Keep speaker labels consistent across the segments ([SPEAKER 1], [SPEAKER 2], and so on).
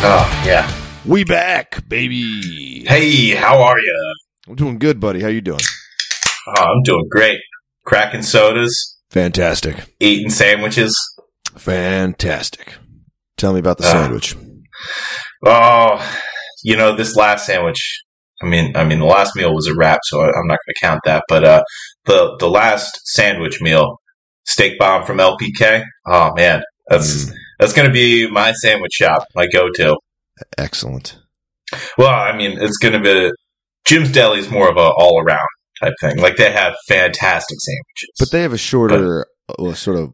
[SPEAKER 1] Oh, yeah.
[SPEAKER 2] We back, baby.
[SPEAKER 1] Hey, how are you?
[SPEAKER 2] I'm doing good, buddy. How you doing?
[SPEAKER 1] Oh, I'm doing great. Cracking sodas,
[SPEAKER 2] Fantastic.
[SPEAKER 1] eating sandwiches.
[SPEAKER 2] Fantastic. Tell me about the
[SPEAKER 1] Ah.
[SPEAKER 2] sandwich.
[SPEAKER 1] Oh, you know, this last sandwich. I mean, I mean, the last meal was a wrap, so I, I'm not going to count that. But uh, the the last sandwich meal, steak bomb from LPK. Oh man, that's
[SPEAKER 2] Mm,
[SPEAKER 1] that's going to be my sandwich shop, my go to.
[SPEAKER 2] excellent.
[SPEAKER 1] Well, I mean, it's going to be Jim's Deli is more of a all around type thing. Like they have fantastic sandwiches.
[SPEAKER 2] But they have a shorter, uh, sort of,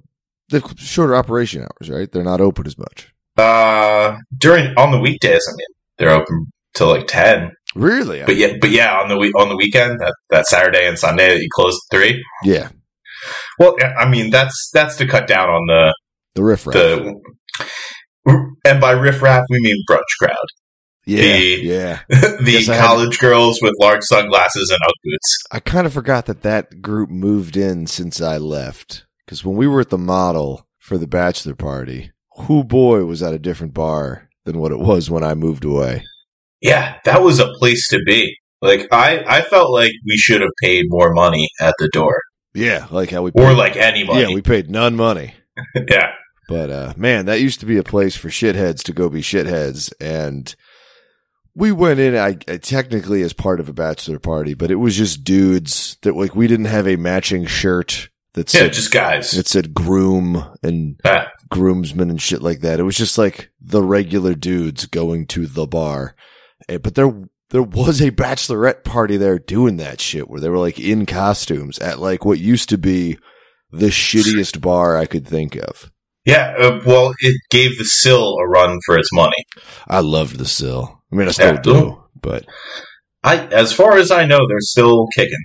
[SPEAKER 2] they've shorter operation hours, right? They're not open as much.
[SPEAKER 1] uh, during on the weekdays, I mean, they're open till like ten.
[SPEAKER 2] Really?
[SPEAKER 1] But yeah, but yeah, on the we- on the weekend, that, that Saturday and Sunday that you close at three.
[SPEAKER 2] yeah.
[SPEAKER 1] Well, yeah, I mean, that's that's to cut down on the
[SPEAKER 2] The riffraff.
[SPEAKER 1] the. And by riffraff, we mean brunch crowd.
[SPEAKER 2] yeah.
[SPEAKER 1] the-
[SPEAKER 2] yeah.
[SPEAKER 1] the
[SPEAKER 2] Yes, I had-
[SPEAKER 1] college girls with large sunglasses and Ugg boots.
[SPEAKER 2] I kind of forgot that that group moved in since I left. Because when we were at the model for the bachelor party, who boy was at a different bar than what it was when I moved away.
[SPEAKER 1] Yeah, that was a place to be. Like I, I felt like we should have paid more money at the door,
[SPEAKER 2] Yeah, like how we
[SPEAKER 1] or like any money.
[SPEAKER 2] yeah we paid none money.
[SPEAKER 1] yeah.
[SPEAKER 2] But uh, man, that used to be a place for shitheads to go be shitheads, and we went in I, I- technically as part of a bachelor party, but it was just dudes that like we didn't have a matching shirt that
[SPEAKER 1] Yeah,
[SPEAKER 2] said
[SPEAKER 1] just guys.
[SPEAKER 2] it said groom and
[SPEAKER 1] Ah.
[SPEAKER 2] groomsmen and shit like that. It was just like the regular dudes going to the bar, Eh, but there there was a bachelorette party there doing that shit where they were like in costumes at like what used to be the shittiest bar I could think of.
[SPEAKER 1] Yeah, uh, well, it gave the sill a run for its money.
[SPEAKER 2] I loved the sill. I mean, I still
[SPEAKER 1] Yeah.
[SPEAKER 2] do, but
[SPEAKER 1] I, as far as I know, they're still kicking.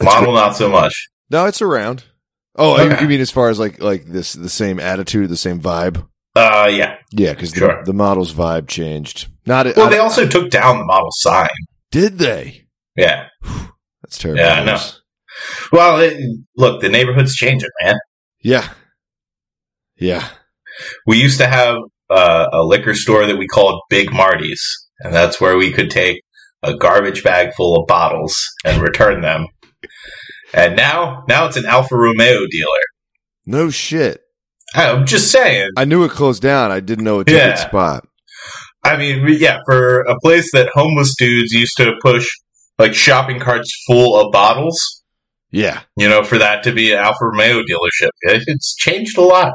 [SPEAKER 1] Model, not so much.
[SPEAKER 2] no, it's around. Oh, I-
[SPEAKER 1] Okay.
[SPEAKER 2] you mean as far as like like this the same attitude, the same vibe?
[SPEAKER 1] Uh, yeah.
[SPEAKER 2] Yeah, because the,
[SPEAKER 1] Sure.
[SPEAKER 2] the model's vibe changed. Not I
[SPEAKER 1] Well,
[SPEAKER 2] don't-
[SPEAKER 1] they also took down the model sign.
[SPEAKER 2] did they?
[SPEAKER 1] Yeah.
[SPEAKER 2] That's terrible.
[SPEAKER 1] Yeah, I know.
[SPEAKER 2] news.
[SPEAKER 1] Well, it, look, the neighborhood's changing, man.
[SPEAKER 2] Yeah, yeah.
[SPEAKER 1] We used to have uh, a liquor store that we called Big Marty's, and that's where we could take a garbage bag full of bottles and return them. And now, now it's an Alfa Romeo dealer.
[SPEAKER 2] No shit.
[SPEAKER 1] I'm just saying.
[SPEAKER 2] I knew it closed down. I didn't know it took
[SPEAKER 1] Yeah.
[SPEAKER 2] its spot.
[SPEAKER 1] I mean, we- yeah, for a place that homeless dudes used to push like shopping carts full of bottles,
[SPEAKER 2] Yeah,
[SPEAKER 1] you know, for that to be an Alfa Romeo dealership, it, it's changed a lot.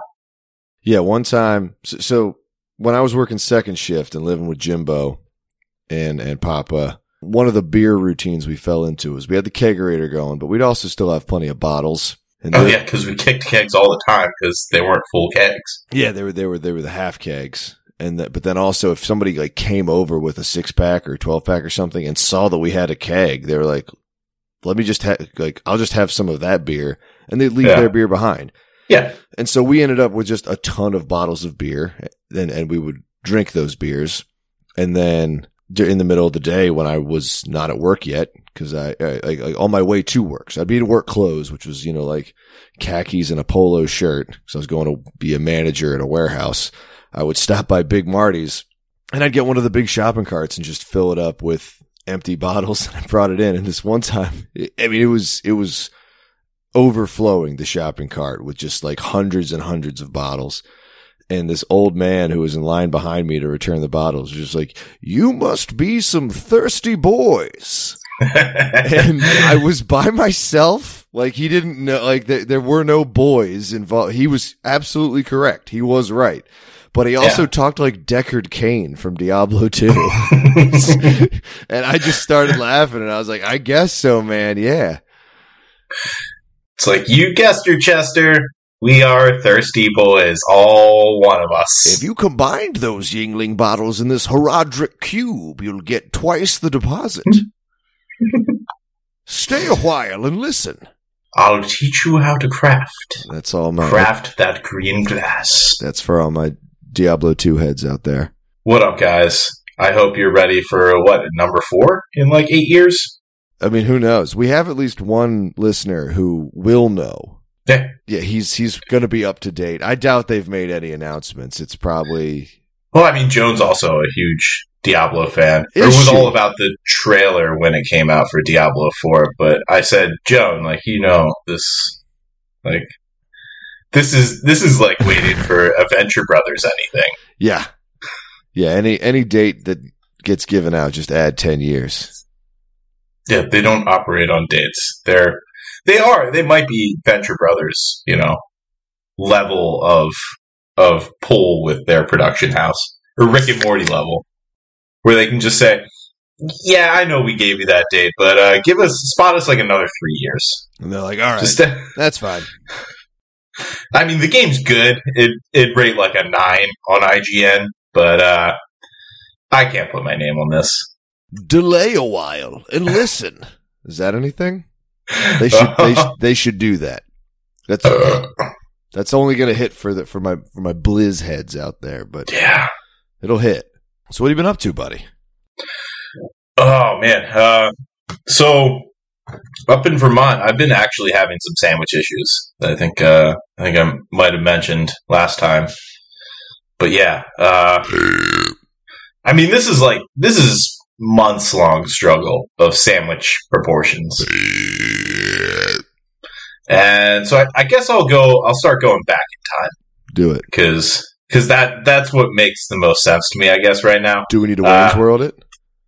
[SPEAKER 2] yeah. One time, so, so when I was working second shift and living with Jimbo and and Papa, one of the beer routines we fell into was we had the kegerator going, but we'd also still have plenty of bottles. And
[SPEAKER 1] Oh
[SPEAKER 2] the-
[SPEAKER 1] yeah, because we kicked kegs all the time because they weren't full kegs.
[SPEAKER 2] Yeah, they were they were they were the half kegs, and that, but then also if somebody like came over with a six pack or twelve pack or something and saw that we had a keg, they were like, "Let me just ha like I'll just have some of that beer," and they'd leave
[SPEAKER 1] Yeah.
[SPEAKER 2] their beer behind.
[SPEAKER 1] Yeah.
[SPEAKER 2] and so we ended up with just a ton of bottles of beer, and and we would drink those beers, and then dur- in the middle of the day when I was not at work yet because I, I like, like on my way to work, so I'd be in work clothes, which was you know like khakis and a polo shirt because I was going to be a manager at a warehouse. I would stop by Big Marty's and I'd get one of the big shopping carts and just fill it up with empty bottles. And I brought it in. And this one time, I mean, it was, it was overflowing the shopping cart with just like hundreds and hundreds of bottles. And this old man who was in line behind me to return the bottles was just like, you must be some thirsty boys and I was by myself. Like he didn't know. Like there, there were no boys involved. He was absolutely correct. He was right. But he also talked like Deckard Cain from Diablo 2. and I just started laughing and I was like, I guess so, man. Yeah.
[SPEAKER 1] it's like you guessed your Chester. We are thirsty boys, all one of us.
[SPEAKER 2] If you combined those Yingling bottles in this Herodric cube, you'll get twice the deposit.
[SPEAKER 1] Hmm.
[SPEAKER 2] Stay a while and listen.
[SPEAKER 1] I'll teach you how to craft,
[SPEAKER 2] That's all my
[SPEAKER 1] craft that green glass.
[SPEAKER 2] That's for all my Diablo 2 heads out there.
[SPEAKER 1] What up, guys? I hope you're ready for what number four in like eight years.
[SPEAKER 2] I mean, who knows? We have at least one listener who will know.
[SPEAKER 1] Yeah.
[SPEAKER 2] Yeah, he's he's going to be up to date. I doubt they've made any announcements. It's probably
[SPEAKER 1] Well, I mean, Jones also a huge Diablo fan. It
[SPEAKER 2] Is
[SPEAKER 1] was
[SPEAKER 2] she?
[SPEAKER 1] all about the trailer when it came out for Diablo Four. But I said, Joan, like you know this, like this is this is like waiting for a Venture Brothers anything.
[SPEAKER 2] yeah. Yeah, any any date that gets given out just add 10 years.
[SPEAKER 1] Yeah, they don't operate on dates. They're they are they might be Venture Brothers, you know, level of of pull with their production house or Rick and Morty level, where they can just say, "Yeah, I know we gave you that date, but uh, give us spot us like another three years."
[SPEAKER 2] And they're like, "All right,
[SPEAKER 1] Just to-
[SPEAKER 2] that's fine."
[SPEAKER 1] I mean, the game's good. It it rate like a nine on IGN, but uh, I can't put my name on this.
[SPEAKER 2] Delay a while and listen. Is that anything? They should they, sh- they should do that. That's that's only going to hit for the for my for my blizz heads out there, but
[SPEAKER 1] yeah.
[SPEAKER 2] it'll hit. So what have you been up to, buddy?
[SPEAKER 1] Oh man. Uh, so up in Vermont, I've been actually having some sandwich issues. that I think uh, I think I might have mentioned last time. But yeah, uh, I mean, this is like this is months long struggle of sandwich proportions. And so I, I guess I'll go. I'll start going back
[SPEAKER 2] Do it.
[SPEAKER 1] because because that that's what makes the most sense to me. I guess right now.
[SPEAKER 2] Do we need to
[SPEAKER 1] Uh,
[SPEAKER 2] Wayne's World it?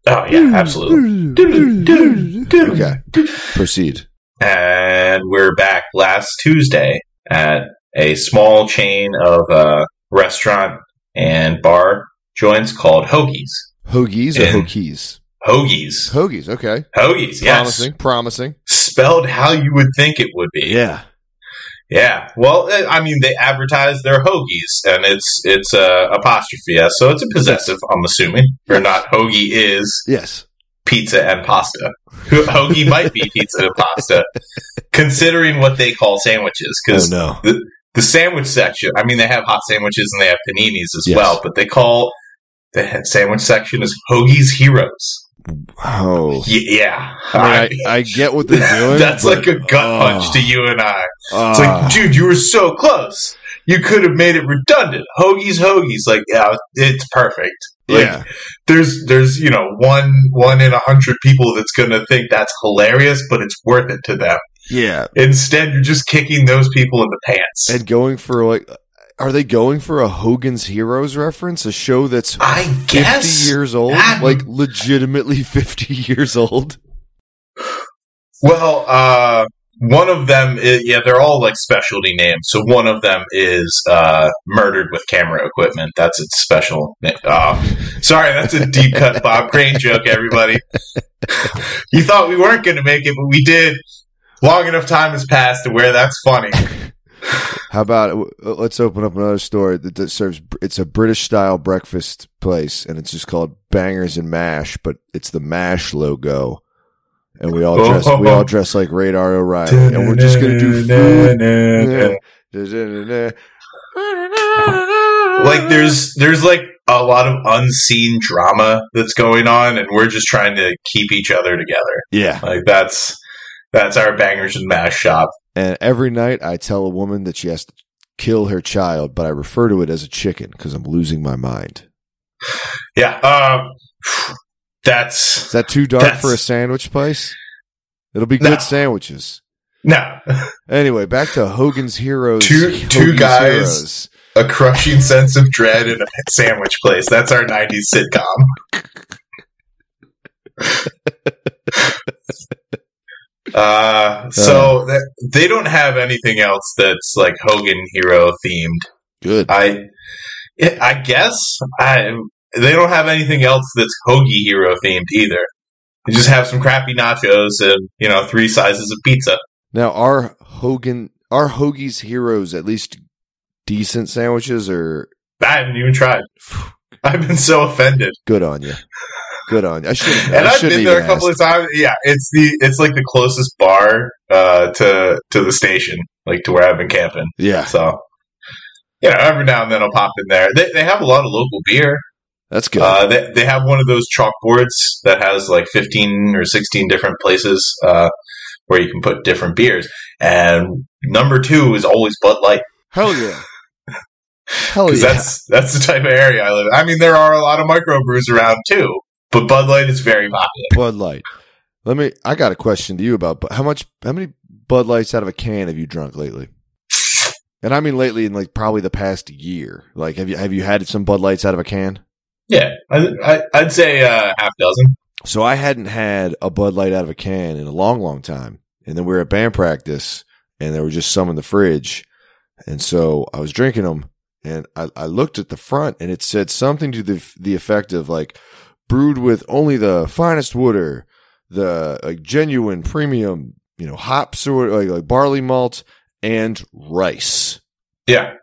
[SPEAKER 1] Oh
[SPEAKER 2] Hmm,
[SPEAKER 1] yeah, absolutely.
[SPEAKER 2] Okay. Proceed.
[SPEAKER 1] and we're back last Tuesday at a small chain of uh, restaurant and bar joints called Hoagies.
[SPEAKER 2] Hoagies or
[SPEAKER 1] And-
[SPEAKER 2] hoagies?
[SPEAKER 1] Hoagies.
[SPEAKER 2] Hoagies, okay.
[SPEAKER 1] Hoagies, yes.
[SPEAKER 2] Promising, promising.
[SPEAKER 1] Spelled how you would think it would be.
[SPEAKER 2] Yeah.
[SPEAKER 1] Yeah. Well, eh, I mean, they advertise their hoagies, and it's it's uh, apostrophe s, so it's a possessive. I'm assuming, or not. Hoagie is
[SPEAKER 2] Yes.
[SPEAKER 1] pizza and pasta. Hoagie might be pizza and pasta, considering what they call
[SPEAKER 2] Oh
[SPEAKER 1] sandwiches, because
[SPEAKER 2] no.
[SPEAKER 1] the sandwich section. I mean, they have hot sandwiches and they have paninis as
[SPEAKER 2] Yes.
[SPEAKER 1] well, but they call the he- sandwich section as Hoagie's Heroes.
[SPEAKER 2] Oh.
[SPEAKER 1] Y- yeah,
[SPEAKER 2] I, mean, I, I get what they're doing.
[SPEAKER 1] that's
[SPEAKER 2] but-
[SPEAKER 1] like a gut punch
[SPEAKER 2] Oh.
[SPEAKER 1] to you and I. It's
[SPEAKER 2] Ah.
[SPEAKER 1] like, dude, you were so close. You could have made it redundant. Hoagies, hoagies. Like, yeah, it's perfect. Like,
[SPEAKER 2] yeah.
[SPEAKER 1] There's, there's, you know, one, one in a hundred people that's gonna think that's hilarious, but it's worth it to them.
[SPEAKER 2] Yeah.
[SPEAKER 1] Instead, you're just kicking those people in the pants.
[SPEAKER 2] and going for like are they going for a Hogan's Heroes reference? A show that's
[SPEAKER 1] I
[SPEAKER 2] 50
[SPEAKER 1] guess
[SPEAKER 2] years old?
[SPEAKER 1] Yeah.
[SPEAKER 2] Like legitimately 50 years old?
[SPEAKER 1] Well, uh, one of them is, yeah, they're all like specialty names. So one of them is uh, Murdered with Camera Equipment. That's its special. na- Uh, sorry, that's a deep cut Bob Crane joke, everybody. you thought we weren't going to make it, but we did. Long enough time has passed to where that's funny.
[SPEAKER 2] How about uh, let's open up another store that, that serves it's a British style breakfast place and it's just called Bangers and Mash, but it's the Mash logo. And we all dress we all dress like Radar O'Reilly and we're just going to do food.
[SPEAKER 1] like there's there's like a lot of unseen drama that's going on, and we're just trying to keep each other together.
[SPEAKER 2] yeah.
[SPEAKER 1] Like that's that's our bangers and mash shop.
[SPEAKER 2] And every night I tell a woman that she has to kill her child, but I refer to it as a chicken because I'm losing my mind.
[SPEAKER 1] Yeah. Um,
[SPEAKER 2] Is
[SPEAKER 1] that's
[SPEAKER 2] that too dark
[SPEAKER 1] That's-
[SPEAKER 2] for a sandwich place? It'll be
[SPEAKER 1] No.
[SPEAKER 2] good sandwiches.
[SPEAKER 1] no
[SPEAKER 2] Anyway, back to Hogan's Heroes.
[SPEAKER 1] Two-
[SPEAKER 2] Hoagie's
[SPEAKER 1] two guys.
[SPEAKER 2] Heroes.
[SPEAKER 1] a crushing sense of dread in a sandwich place. That's our '90s sitcom. Uh, so th- they don't have anything else that's like Hogan hero themed.
[SPEAKER 2] Good.
[SPEAKER 1] I, I guess I. They don't have anything else that's hoagie hero themed either. They just have some crappy nachos and you know three sizes of pizza.
[SPEAKER 2] Now, are Hogan, are Hoagie's Heroes at least decent sandwiches or
[SPEAKER 1] I haven't even tried. I've been so offended,
[SPEAKER 2] good on you? Good on you. I should have.
[SPEAKER 1] and I've been there a couple of times. Yeah, it's the it's like the closest bar uh, to to the station, like to where I've been camping.
[SPEAKER 2] Yeah.
[SPEAKER 1] So you know, every now and then I'll pop in there. They, they have a lot of local beer.
[SPEAKER 2] That's good.
[SPEAKER 1] Uh, they, they have one of those chalkboards that has like 15 or 16 different places uh, where you can put different beers. And number two is always Bud Light.
[SPEAKER 2] Hell yeah. Hell Oh, yeah.
[SPEAKER 1] Because that's, that's the type of area I live in. I mean, there are a lot of microbrews around too, but Bud Light is very popular.
[SPEAKER 2] Bud Light. Let me. I got a question to you about bu- how much, how many Bud Lights out of a can have you drunk lately? And I mean lately, in like probably the past year. Like, have you have you had some Bud Lights out of a can?
[SPEAKER 1] Yeah, I, I, I'd say uh, half dozen.
[SPEAKER 2] So I hadn't had a Bud Light out of a can in a long, long time. And then we were at band practice, and there were just some in the fridge, and so I was drinking them. And I, I looked at the front, and it said something to the the effect of like, brewed with only the finest water, the like genuine premium, you know, hops or like, like barley malt and rice.
[SPEAKER 1] Yeah.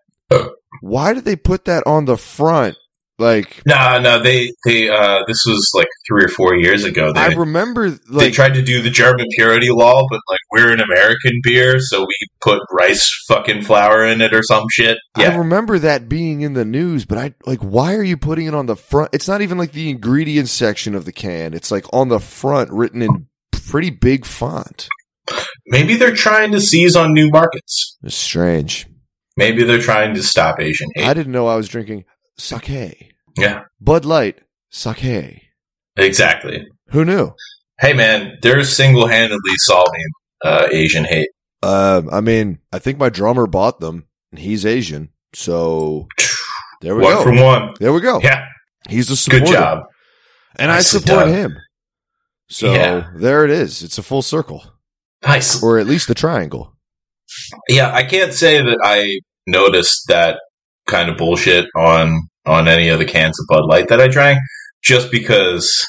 [SPEAKER 2] Why did they put that on the front? Like
[SPEAKER 1] No, no, they they uh, this was like three or four years ago. They
[SPEAKER 2] I remember,
[SPEAKER 1] they
[SPEAKER 2] like
[SPEAKER 1] tried to do the German purity law, but like we're an American beer, so we put rice fucking flour in it or some shit.
[SPEAKER 2] I
[SPEAKER 1] Yeah,
[SPEAKER 2] remember that being in the news, but I like why are you putting it on the front? It's not even like the ingredients section of the can. It's like on the front, written in pretty big font.
[SPEAKER 1] maybe they're trying to seize on new markets.
[SPEAKER 2] It's strange.
[SPEAKER 1] Maybe they're trying to stop Asian hate.
[SPEAKER 2] I didn't know I was drinking sake.
[SPEAKER 1] yeah,
[SPEAKER 2] Bud Light sake.
[SPEAKER 1] exactly.
[SPEAKER 2] Who knew?
[SPEAKER 1] Hey man, they're single handedly solving uh, Asian hate.
[SPEAKER 2] Um, I mean, I think my drummer bought them, and he's Asian, so there we
[SPEAKER 1] One
[SPEAKER 2] go. Oh,
[SPEAKER 1] for one.
[SPEAKER 2] there we go.
[SPEAKER 1] Yeah,
[SPEAKER 2] He's a supporter,
[SPEAKER 1] good job.
[SPEAKER 2] and I
[SPEAKER 1] Nicely
[SPEAKER 2] support
[SPEAKER 1] done.
[SPEAKER 2] him. So
[SPEAKER 1] Yeah.
[SPEAKER 2] there it is. It's a full circle,
[SPEAKER 1] Nice.
[SPEAKER 2] or at least a triangle.
[SPEAKER 1] yeah, I can't say that I noticed that kind of bullshit on on any of the cans of Bud Light that I drank, just because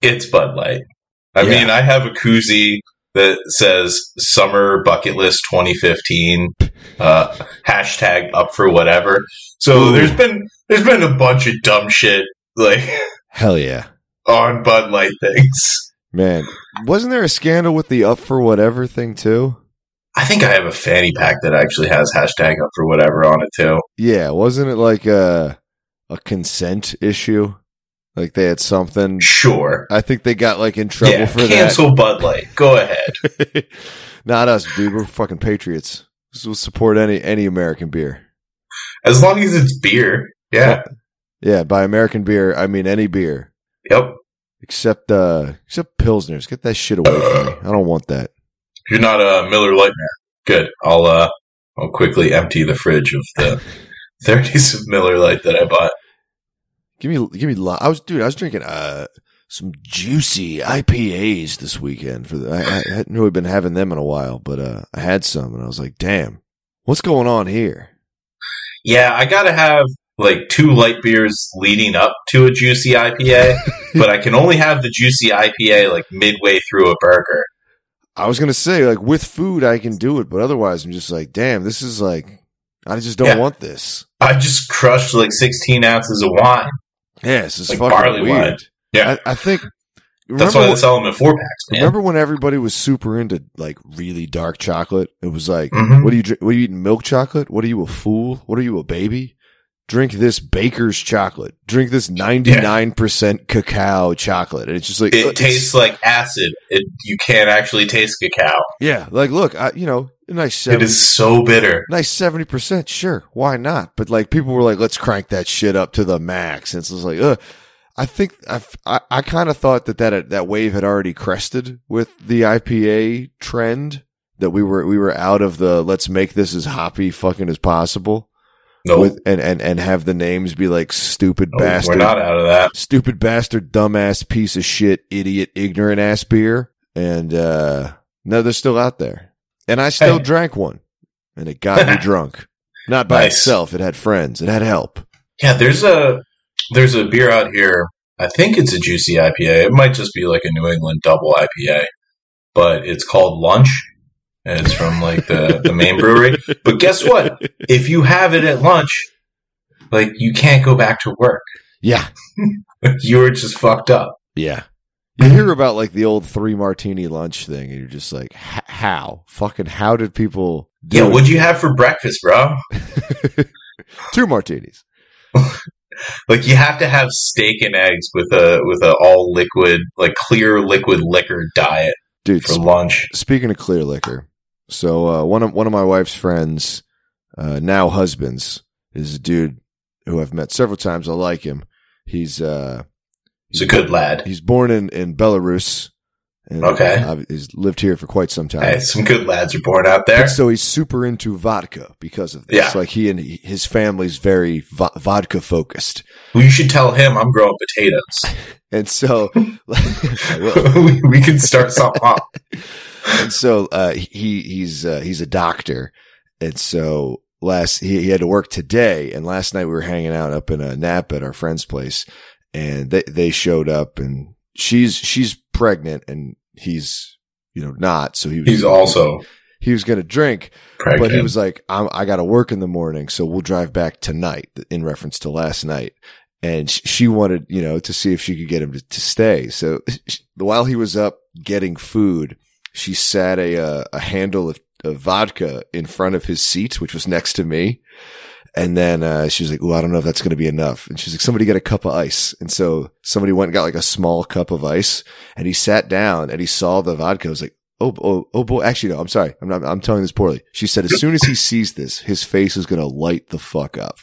[SPEAKER 1] it's Bud Light. I
[SPEAKER 2] Yeah.
[SPEAKER 1] mean, I have a koozie that says "Summer Bucket List 2015," uh, hashtag up for whatever. So
[SPEAKER 2] Ooh.
[SPEAKER 1] there's been there's been a bunch of dumb shit like
[SPEAKER 2] Hell yeah,
[SPEAKER 1] on Bud Light things.
[SPEAKER 2] man! Wasn't there a scandal with the up for whatever thing too?
[SPEAKER 1] I think I have a fanny pack that actually has hashtag up for whatever on it too.
[SPEAKER 2] Yeah, wasn't it like a a consent issue? Like they had something.
[SPEAKER 1] Sure.
[SPEAKER 2] I think they got like in trouble
[SPEAKER 1] yeah,
[SPEAKER 2] for that.
[SPEAKER 1] cancel Bud Light. Go ahead.
[SPEAKER 2] Not us, dude. We're fucking patriots. This will support any any American beer.
[SPEAKER 1] As long as it's beer. Yeah.
[SPEAKER 2] Yeah, by American beer, I mean any beer
[SPEAKER 1] Yep.
[SPEAKER 2] except uh except pilsners. Get that shit away from me. I don't want that.
[SPEAKER 1] You're not a Miller Light man. Good. I'll uh I'll quickly empty the fridge of the 30s of Miller Light that I bought.
[SPEAKER 2] Give me give me. Li- I was dude. I was drinking uh some juicy IPAs this weekend. For the, I, I hadn't really been having them in a while, but uh I had some and I was like, damn, what's going on here?
[SPEAKER 1] Yeah, I gotta have like two light beers leading up to a juicy IPA, but I can only have the juicy IPA like midway through a burger.
[SPEAKER 2] I was gonna say like with food I can do it, but otherwise I'm just like, damn, this is like I just don't
[SPEAKER 1] Yeah.
[SPEAKER 2] want this.
[SPEAKER 1] I just crushed like 16 ounces of wine.
[SPEAKER 2] Yeah, this is
[SPEAKER 1] Like
[SPEAKER 2] fucking
[SPEAKER 1] barley
[SPEAKER 2] weird.
[SPEAKER 1] wine. Yeah.
[SPEAKER 2] I, I think.
[SPEAKER 1] That's
[SPEAKER 2] remember
[SPEAKER 1] why
[SPEAKER 2] when-
[SPEAKER 1] they sell them in four packs, man.
[SPEAKER 2] Remember when everybody was super into like really dark chocolate? It was like,
[SPEAKER 1] Mhm.
[SPEAKER 2] what are you drink? What are you eating? Milk chocolate? What are you a fool? What are you a baby? Drink this baker's chocolate. Drink this ninety nine percent cacao chocolate. And it's just like uh,
[SPEAKER 1] It
[SPEAKER 2] it's-
[SPEAKER 1] tastes like acid. It, you can't actually taste cacao.
[SPEAKER 2] Yeah, like look, I, you know, a nice
[SPEAKER 1] It
[SPEAKER 2] seventy,
[SPEAKER 1] is so bitter.
[SPEAKER 2] nice seventy percent. Sure, why not? But like people were like, let's crank that shit up to the max. And so it's like, ugh. I think I've, I I kind of thought that that that wave had already crested with the IPA trend that we were we were out of the let's make this as hoppy fucking as possible
[SPEAKER 1] No,
[SPEAKER 2] with and and and have the names be like stupid
[SPEAKER 1] no,
[SPEAKER 2] bastard
[SPEAKER 1] we're not out of that.
[SPEAKER 2] stupid bastard dumbass piece of shit idiot ignorant ass beer and uh no they're still out there and I still
[SPEAKER 1] Hey.
[SPEAKER 2] drank one and it got me drunk not by
[SPEAKER 1] Nice.
[SPEAKER 2] itself it had friends it had help
[SPEAKER 1] Yeah, there's a there's a beer out here. I think it's a juicy IPA. It might just be like a New England double IPA, but it's called Lunch, and it's from like the, the main brewery. But guess what? If you have it at lunch, like you can't go back to work.
[SPEAKER 2] yeah
[SPEAKER 1] you were just fucked up.
[SPEAKER 2] Yeah. You hear about like the old three martini lunch thing, and you're just like, "H- how? Fucking how did people do
[SPEAKER 1] Yeah,
[SPEAKER 2] it?
[SPEAKER 1] what'd you have for breakfast, bro?
[SPEAKER 2] Two martinis.
[SPEAKER 1] Like you have to have steak and eggs with a with a all liquid like clear liquid liquor diet
[SPEAKER 2] Dude,
[SPEAKER 1] for lunch.
[SPEAKER 2] speaking of clear liquor, so uh, one of one of my wife's friends, uh, now husbands, is a dude who I've met several times. I like him. He's uh,
[SPEAKER 1] He's a good lad.
[SPEAKER 2] he's born in in Belarus, and
[SPEAKER 1] Okay.
[SPEAKER 2] I've- he's lived here for quite some time.
[SPEAKER 1] Hey, some good lads are born out there.
[SPEAKER 2] And so he's super into vodka because of this.
[SPEAKER 1] Yeah.
[SPEAKER 2] Like he and he- his family's very vo- vodka focused,
[SPEAKER 1] Well, you should tell him I'm growing potatoes.
[SPEAKER 2] and so I will.
[SPEAKER 1] we, we can start something up.
[SPEAKER 2] and so uh, he he's uh, he's a doctor, and so last he, he had to work today, and last night we were hanging out up in a nap at our friend's place, and they they showed up, and she's she's pregnant, and he's you know not, so he was,
[SPEAKER 1] He's also
[SPEAKER 2] he was gonna drink,
[SPEAKER 1] pregnant.
[SPEAKER 2] but he was like, I'm, I got to work in the morning, so we'll drive back tonight in reference to last night. And sh- she wanted, you know, to see if she could get him to, to stay. So while he was up getting food, she sat a, uh, a handle of, of vodka in front of his seat, which was next to me. And then uh, she was like, "Oh, I don't know if that's going to be enough." And she's like, "Somebody get a cup of ice." And so somebody went and got like a small cup of ice, and he sat down and he saw the vodka. He was like, "Oh, oh, oh, boy!" Actually, no, I'm sorry, I'm not, I'm telling this poorly. She said, as soon as he sees this, his face is going to light the fuck up.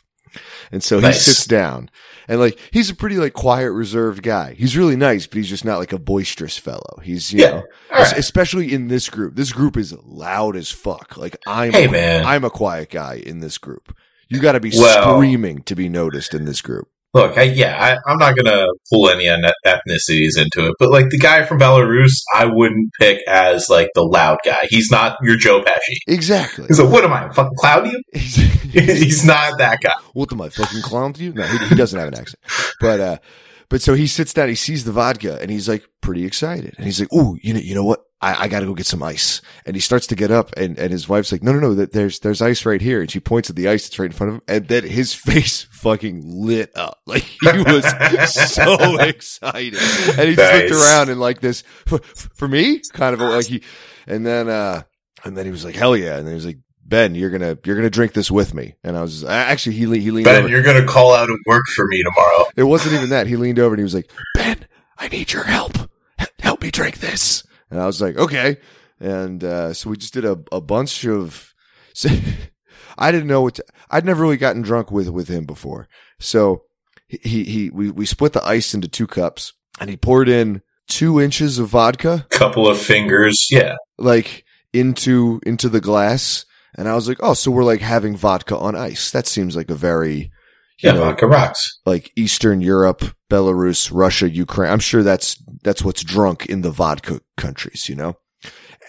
[SPEAKER 2] And so
[SPEAKER 1] Nice.
[SPEAKER 2] he sits down, and like he's a pretty like quiet, reserved guy. He's really nice, but he's just not like a boisterous fellow. He's you
[SPEAKER 1] Yeah.
[SPEAKER 2] know,
[SPEAKER 1] All right.
[SPEAKER 2] especially in this group. This group is loud as fuck. Like I'm,
[SPEAKER 1] Hey, man.
[SPEAKER 2] I'm a quiet guy in this group. You got to be
[SPEAKER 1] Well-
[SPEAKER 2] screaming to be noticed in this group.
[SPEAKER 1] Look, I, yeah, I, I'm not gonna pull any un- ethnicities into it, but like the guy from Belarus, I wouldn't pick as like the loud guy. He's not your Joe Pesci.
[SPEAKER 2] Exactly.
[SPEAKER 1] He's like, what am I, a fucking clown to you? He's not that guy.
[SPEAKER 2] what am I fucking clown to you? No, he, he doesn't have an accent. But uh, but so he sits down, he sees the vodka, and he's like pretty excited, and he's like, "Ooh, you know, you know what? I, I got to go get some ice." And he starts to get up, and and his wife's like, "No, no, no, th- there's there's ice right here," and she points at the ice that's right in front of him, and then his face fucking lit up, like he was so excited, and he just looked
[SPEAKER 1] Nice.
[SPEAKER 2] around and like this for, for me, kind of like he, and then uh, and then he was like, "Hell yeah!" And then he was like. Ben, you're gonna you're gonna drink this with me, and I was actually he le- he leaned over.
[SPEAKER 1] Ben, you're gonna call out of work for me tomorrow.
[SPEAKER 2] It wasn't even that. He leaned over and he was like, Ben, I need your help. H- Help me drink this. And I was like, okay. And uh, so we just did a, a bunch of. So I didn't know what to, I'd never really gotten drunk with with him before. So he he, he we, we split the ice into two cups and he poured in two inches of vodka
[SPEAKER 1] Couple of fingers, yeah.
[SPEAKER 2] like into into the glass. And I was like, oh, so we're like having vodka on ice. That seems like a very you
[SPEAKER 1] Yeah,
[SPEAKER 2] know,
[SPEAKER 1] vodka rocks.
[SPEAKER 2] like Eastern Europe, Belarus, Russia, Ukraine. I'm sure that's that's what's drunk in the vodka countries, you know.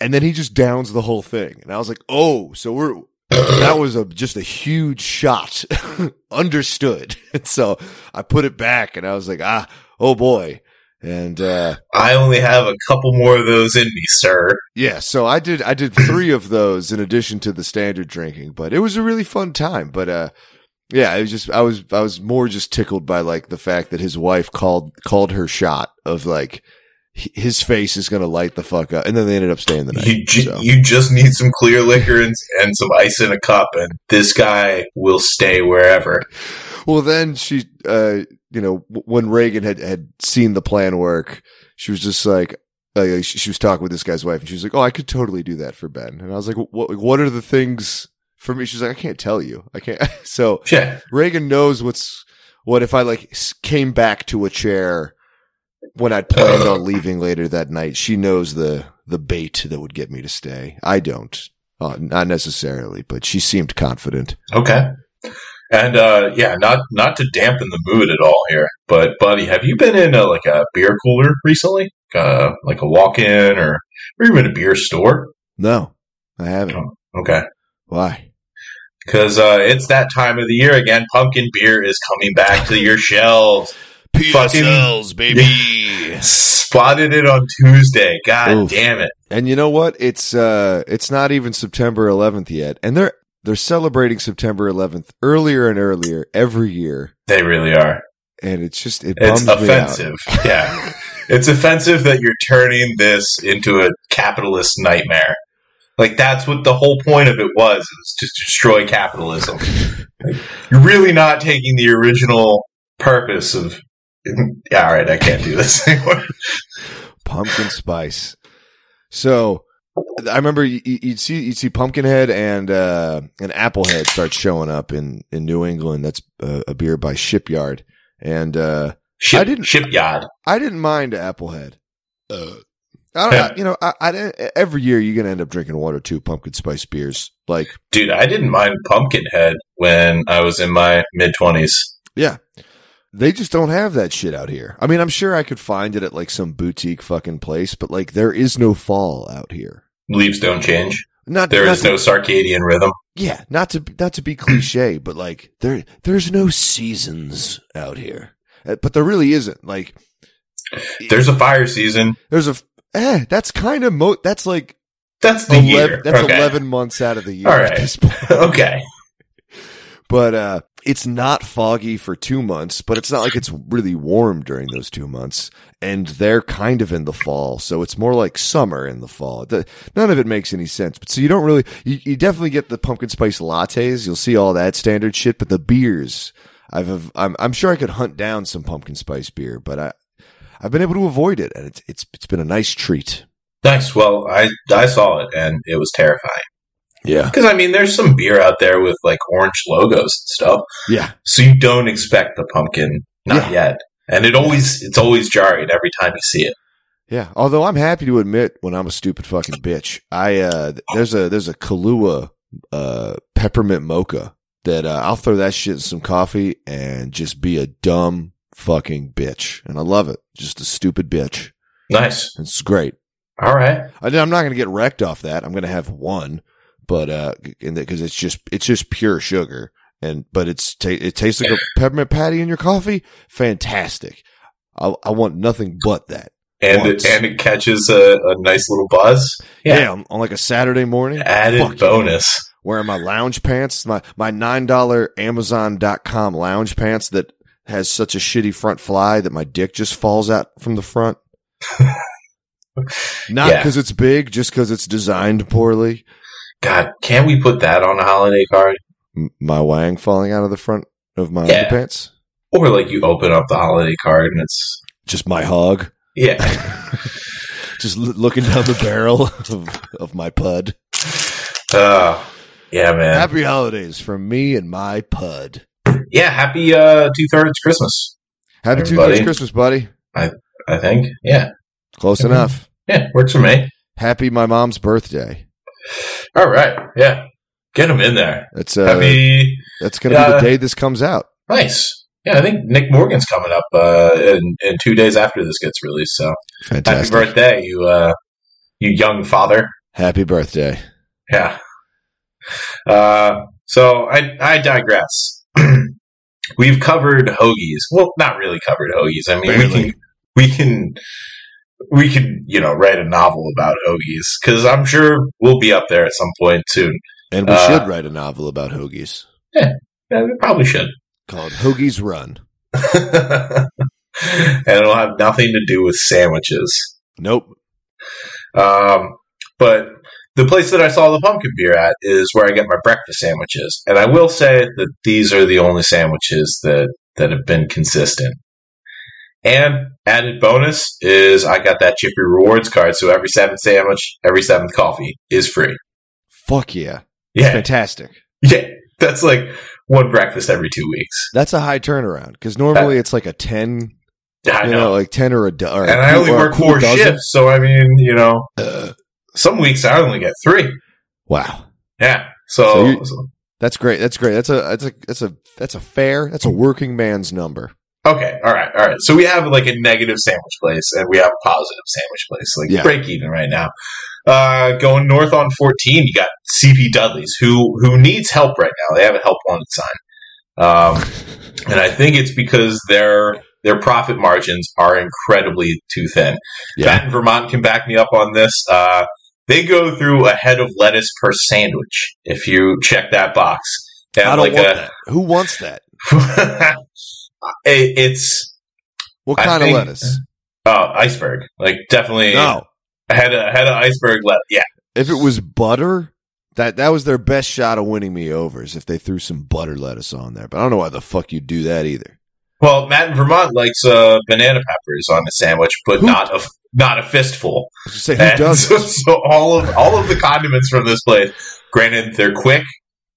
[SPEAKER 2] And then he just downs the whole thing, and I was like, "Oh, so we're that was a just a huge shot, understood." And so I put it back, and I was like, "Ah, oh boy." And uh,
[SPEAKER 1] I only have a couple more of those in me, sir.
[SPEAKER 2] yeah, so I did I did three of those in addition to the standard drinking, but it was a really fun time. But uh yeah, it was just I was I was more just tickled by like the fact that his wife called called her shot of like h- his face is gonna light the fuck up, and then they ended up staying the night.
[SPEAKER 1] You, ju-
[SPEAKER 2] so.
[SPEAKER 1] you just need some clear liquor and, and some ice in a cup, and this guy will stay wherever.
[SPEAKER 2] Well, then she, uh, you know, w- when Reagan had had seen the plan work, she was just like, uh, she she was talking with this guy's wife, and she was like, "Oh, I could totally do that for Ben." And I was like, "What? What are the things for me?" She's like, "I can't tell you. I can't." so
[SPEAKER 1] Yeah,
[SPEAKER 2] Reagan knows what's what if I like s- came back to a chair when I'd planned on leaving later that night. She knows the the bait that would get me to stay. I don't. Uh, not necessarily, but she seemed confident.
[SPEAKER 1] okay. And uh, yeah, not not to dampen the mood at all here, but buddy, have you been in a, like a beer cooler recently, uh, like a walk-in or or even a beer store?
[SPEAKER 2] No, I
[SPEAKER 1] Oh.
[SPEAKER 2] haven't.
[SPEAKER 1] Okay,
[SPEAKER 2] Why?
[SPEAKER 1] because uh, it's that time of the year again. Pumpkin beer is coming back to your shelves. PSLs,
[SPEAKER 2] baby.
[SPEAKER 1] Spotted it on Tuesday. God
[SPEAKER 2] Oof.
[SPEAKER 1] damn it!
[SPEAKER 2] and you know what? It's uh, it's not even September 11th yet, and they're they're celebrating September 11th earlier and earlier every year,
[SPEAKER 1] They really are.
[SPEAKER 2] and it's just it
[SPEAKER 1] It's
[SPEAKER 2] bums
[SPEAKER 1] offensive.
[SPEAKER 2] me out.
[SPEAKER 1] Yeah. It's offensive that you're turning this into a capitalist nightmare. Like that's what the whole point of it was, was to destroy capitalism. Like, you're really not taking the original purpose of yeah, all right, I can't do this anymore.
[SPEAKER 2] pumpkin spice. So I remember you- you'd see you'd see Pumpkinhead and uh, and Applehead start showing up in in New England. That's uh, a beer by Shipyard, and uh,
[SPEAKER 1] Ship,
[SPEAKER 2] I didn't-
[SPEAKER 1] shipyard.
[SPEAKER 2] I didn't mind Applehead. Uh, I don't, know. you know, I, I didn't- e-, every year you're gonna end up drinking one or two pumpkin spice beers. Like,
[SPEAKER 1] Dude, I didn't mind Pumpkinhead when I was in my mid twenties.
[SPEAKER 2] yeah, they just don't have that shit out here. I mean, I'm sure I could find it at like some boutique fucking place, but like there is no fall out here.
[SPEAKER 1] Leaves don't change.
[SPEAKER 2] Not
[SPEAKER 1] There
[SPEAKER 2] not
[SPEAKER 1] is
[SPEAKER 2] to-
[SPEAKER 1] no circadian rhythm.
[SPEAKER 2] yeah, not to not to be cliche, but like there there's no seasons out here. Uh, But there really isn't. Like
[SPEAKER 1] There's a fire season.
[SPEAKER 2] there's a f- eh, that's kind of mo that's like
[SPEAKER 1] That's the
[SPEAKER 2] 11,
[SPEAKER 1] year.
[SPEAKER 2] that's
[SPEAKER 1] okay.
[SPEAKER 2] 11 months out of the year
[SPEAKER 1] All
[SPEAKER 2] at
[SPEAKER 1] right.
[SPEAKER 2] this point.
[SPEAKER 1] okay.
[SPEAKER 2] But uh it's not foggy for 2 months, but it's not like it's really warm during those 2 months and they're kind of in the fall, so it's more like summer in the fall. The- none of it makes any sense. But so you don't really you, you definitely get the pumpkin spice lattes, you'll see all that standard shit, but the beers I've, I've I'm I'm sure I could hunt down some pumpkin spice beer, but I I've been able to avoid it and it's it's it's been a nice treat.
[SPEAKER 1] Nice. Well, I I saw it and it was terrifying.
[SPEAKER 2] Yeah.
[SPEAKER 1] Because I mean, there's some beer out there with like orange logos and stuff,
[SPEAKER 2] Yeah.
[SPEAKER 1] so you don't expect the pumpkin. Not
[SPEAKER 2] Yeah.
[SPEAKER 1] yet. And it always it's always jarring every time you see it.
[SPEAKER 2] Yeah, although I'm happy to admit when I'm a stupid fucking bitch. I uh th- there's a there's a Kahlua uh peppermint mocha that uh, I'll throw that shit in some coffee and just be a dumb fucking bitch, and I love it. Just a stupid bitch.
[SPEAKER 1] Nice.
[SPEAKER 2] It's great.
[SPEAKER 1] All right.
[SPEAKER 2] I, I'm not gonna get wrecked off that. I'm gonna have one, but uh, because it's just it's just pure sugar, and but it's ta- it tastes like a peppermint patty in your coffee. Fantastic. I, I want nothing but that.
[SPEAKER 1] And it,
[SPEAKER 2] Once.
[SPEAKER 1] and it catches a, a nice little buzz.
[SPEAKER 2] Yeah, on, on like a Saturday morning.
[SPEAKER 1] Added
[SPEAKER 2] Fuck yeah.
[SPEAKER 1] bonus.
[SPEAKER 2] wearing my lounge pants, my, my $9 Amazon.com lounge pants that has such a shitty front fly that my dick just falls out from the front. Not
[SPEAKER 1] Yeah.
[SPEAKER 2] because it's big, just because it's designed poorly.
[SPEAKER 1] God, can we put that on a holiday card?
[SPEAKER 2] M- My wang falling out of the front of my
[SPEAKER 1] Yeah.
[SPEAKER 2] underpants.
[SPEAKER 1] Or like you open up the holiday card and it's
[SPEAKER 2] Just my hog.
[SPEAKER 1] yeah.
[SPEAKER 2] Just l- looking down the barrel of, of my pud.
[SPEAKER 1] Uh, yeah, man.
[SPEAKER 2] Happy holidays from me and my pud.
[SPEAKER 1] yeah, happy uh, two thirds Christmas.
[SPEAKER 2] Happy
[SPEAKER 1] Everybody.
[SPEAKER 2] two-thirds Christmas, buddy.
[SPEAKER 1] I think. Yeah,
[SPEAKER 2] Close
[SPEAKER 1] Mhm.
[SPEAKER 2] enough.
[SPEAKER 1] yeah, works for me.
[SPEAKER 2] Happy my mom's birthday.
[SPEAKER 1] All right. Yeah, get them in there.
[SPEAKER 2] That's uh,
[SPEAKER 1] happy.
[SPEAKER 2] That's going to be
[SPEAKER 1] Yeah.
[SPEAKER 2] the day this comes out.
[SPEAKER 1] Nice. Yeah, I think Nick Morgan's coming up uh, in, in two days after this gets released. So happy
[SPEAKER 2] Fantastic. Happy,
[SPEAKER 1] birthday, you uh, you young father.
[SPEAKER 2] birthday.
[SPEAKER 1] Yeah. Uh, so I, I digress. We've covered hoagies. Well, not really covered hoagies. I mean, we
[SPEAKER 2] Barely.
[SPEAKER 1] can, we can, we can, you know, write a novel about hoagies because I'm sure we'll be up there at some point soon.
[SPEAKER 2] And we
[SPEAKER 1] Uh,
[SPEAKER 2] should write a novel about hoagies
[SPEAKER 1] Yeah, we probably should.
[SPEAKER 2] called Hoagies Run.
[SPEAKER 1] and it'll have nothing to do with sandwiches.
[SPEAKER 2] Nope.
[SPEAKER 1] Um, but the place that I saw the pumpkin beer at is where I get my breakfast sandwiches, and I will say that these are the only sandwiches that that have been consistent. And added bonus is I got that Chippy Rewards card, so every seventh sandwich, every seventh coffee is free.
[SPEAKER 2] Fuck yeah. It's
[SPEAKER 1] Yeah,
[SPEAKER 2] fantastic.
[SPEAKER 1] yeah, that's like one breakfast every two weeks.
[SPEAKER 2] That's a high turnaround because normally it's like a 10,
[SPEAKER 1] Uh, I
[SPEAKER 2] you
[SPEAKER 1] know,
[SPEAKER 2] know, like 10 or a do- or a
[SPEAKER 1] and I
[SPEAKER 2] cool-
[SPEAKER 1] only
[SPEAKER 2] or a
[SPEAKER 1] work
[SPEAKER 2] cool
[SPEAKER 1] four
[SPEAKER 2] dozen.
[SPEAKER 1] shifts, so I mean, you know,
[SPEAKER 2] Uh,
[SPEAKER 1] some weeks I only get three.
[SPEAKER 2] wow.
[SPEAKER 1] Yeah,
[SPEAKER 2] So
[SPEAKER 1] so,
[SPEAKER 2] you- That's great. That's great. That's a that's a that's a that's a fair. That's a working man's number.
[SPEAKER 1] Okay, all right, all right. So we have like a negative sandwich place, and we have a positive sandwich place. Like
[SPEAKER 2] Yeah.
[SPEAKER 1] break even right now. Uh, going north on fourteen, you got CP Dudley's, who who needs help right now. They have a help wanted sign, um, and I think it's because their their profit margins are incredibly too thin. Fat in Vermont can back me up on this. Uh, they go through a head of lettuce per sandwich. If you check that box, They have
[SPEAKER 2] I don't
[SPEAKER 1] like
[SPEAKER 2] want
[SPEAKER 1] a-
[SPEAKER 2] that. Who wants that?
[SPEAKER 1] It- it's
[SPEAKER 2] What
[SPEAKER 1] I
[SPEAKER 2] kind
[SPEAKER 1] think-
[SPEAKER 2] of lettuce?
[SPEAKER 1] Oh, iceberg. Like definitely
[SPEAKER 2] No.
[SPEAKER 1] had a had an iceberg left. Yeah.
[SPEAKER 2] If it was butter, that that was their best shot of winning me over is if they threw some butter lettuce on there. But I don't know why the fuck you do that either.
[SPEAKER 1] Well, Matt in Vermont likes uh, banana peppers on the sandwich, but
[SPEAKER 2] Who-
[SPEAKER 1] not a not a fistful.
[SPEAKER 2] I was gonna say who
[SPEAKER 1] And
[SPEAKER 2] does?
[SPEAKER 1] so,
[SPEAKER 2] it?
[SPEAKER 1] so all of all of the condiments from this place, granted they're quick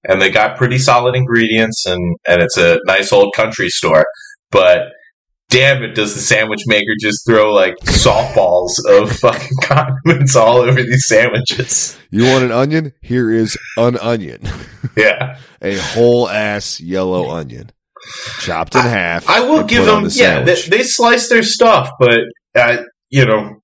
[SPEAKER 1] and they got pretty solid ingredients, and and it's a nice old country store, but. Damn it! Does the sandwich maker just throw like softballs of fucking condiments all over these sandwiches?
[SPEAKER 2] You want an onion? Here is an onion,
[SPEAKER 1] Yeah.
[SPEAKER 2] a whole ass yellow onion, chopped in half.
[SPEAKER 1] I will
[SPEAKER 2] and
[SPEAKER 1] give
[SPEAKER 2] put on
[SPEAKER 1] them.
[SPEAKER 2] the
[SPEAKER 1] yeah, they,
[SPEAKER 2] sandwich.
[SPEAKER 1] they slice their stuff, but uh, you know,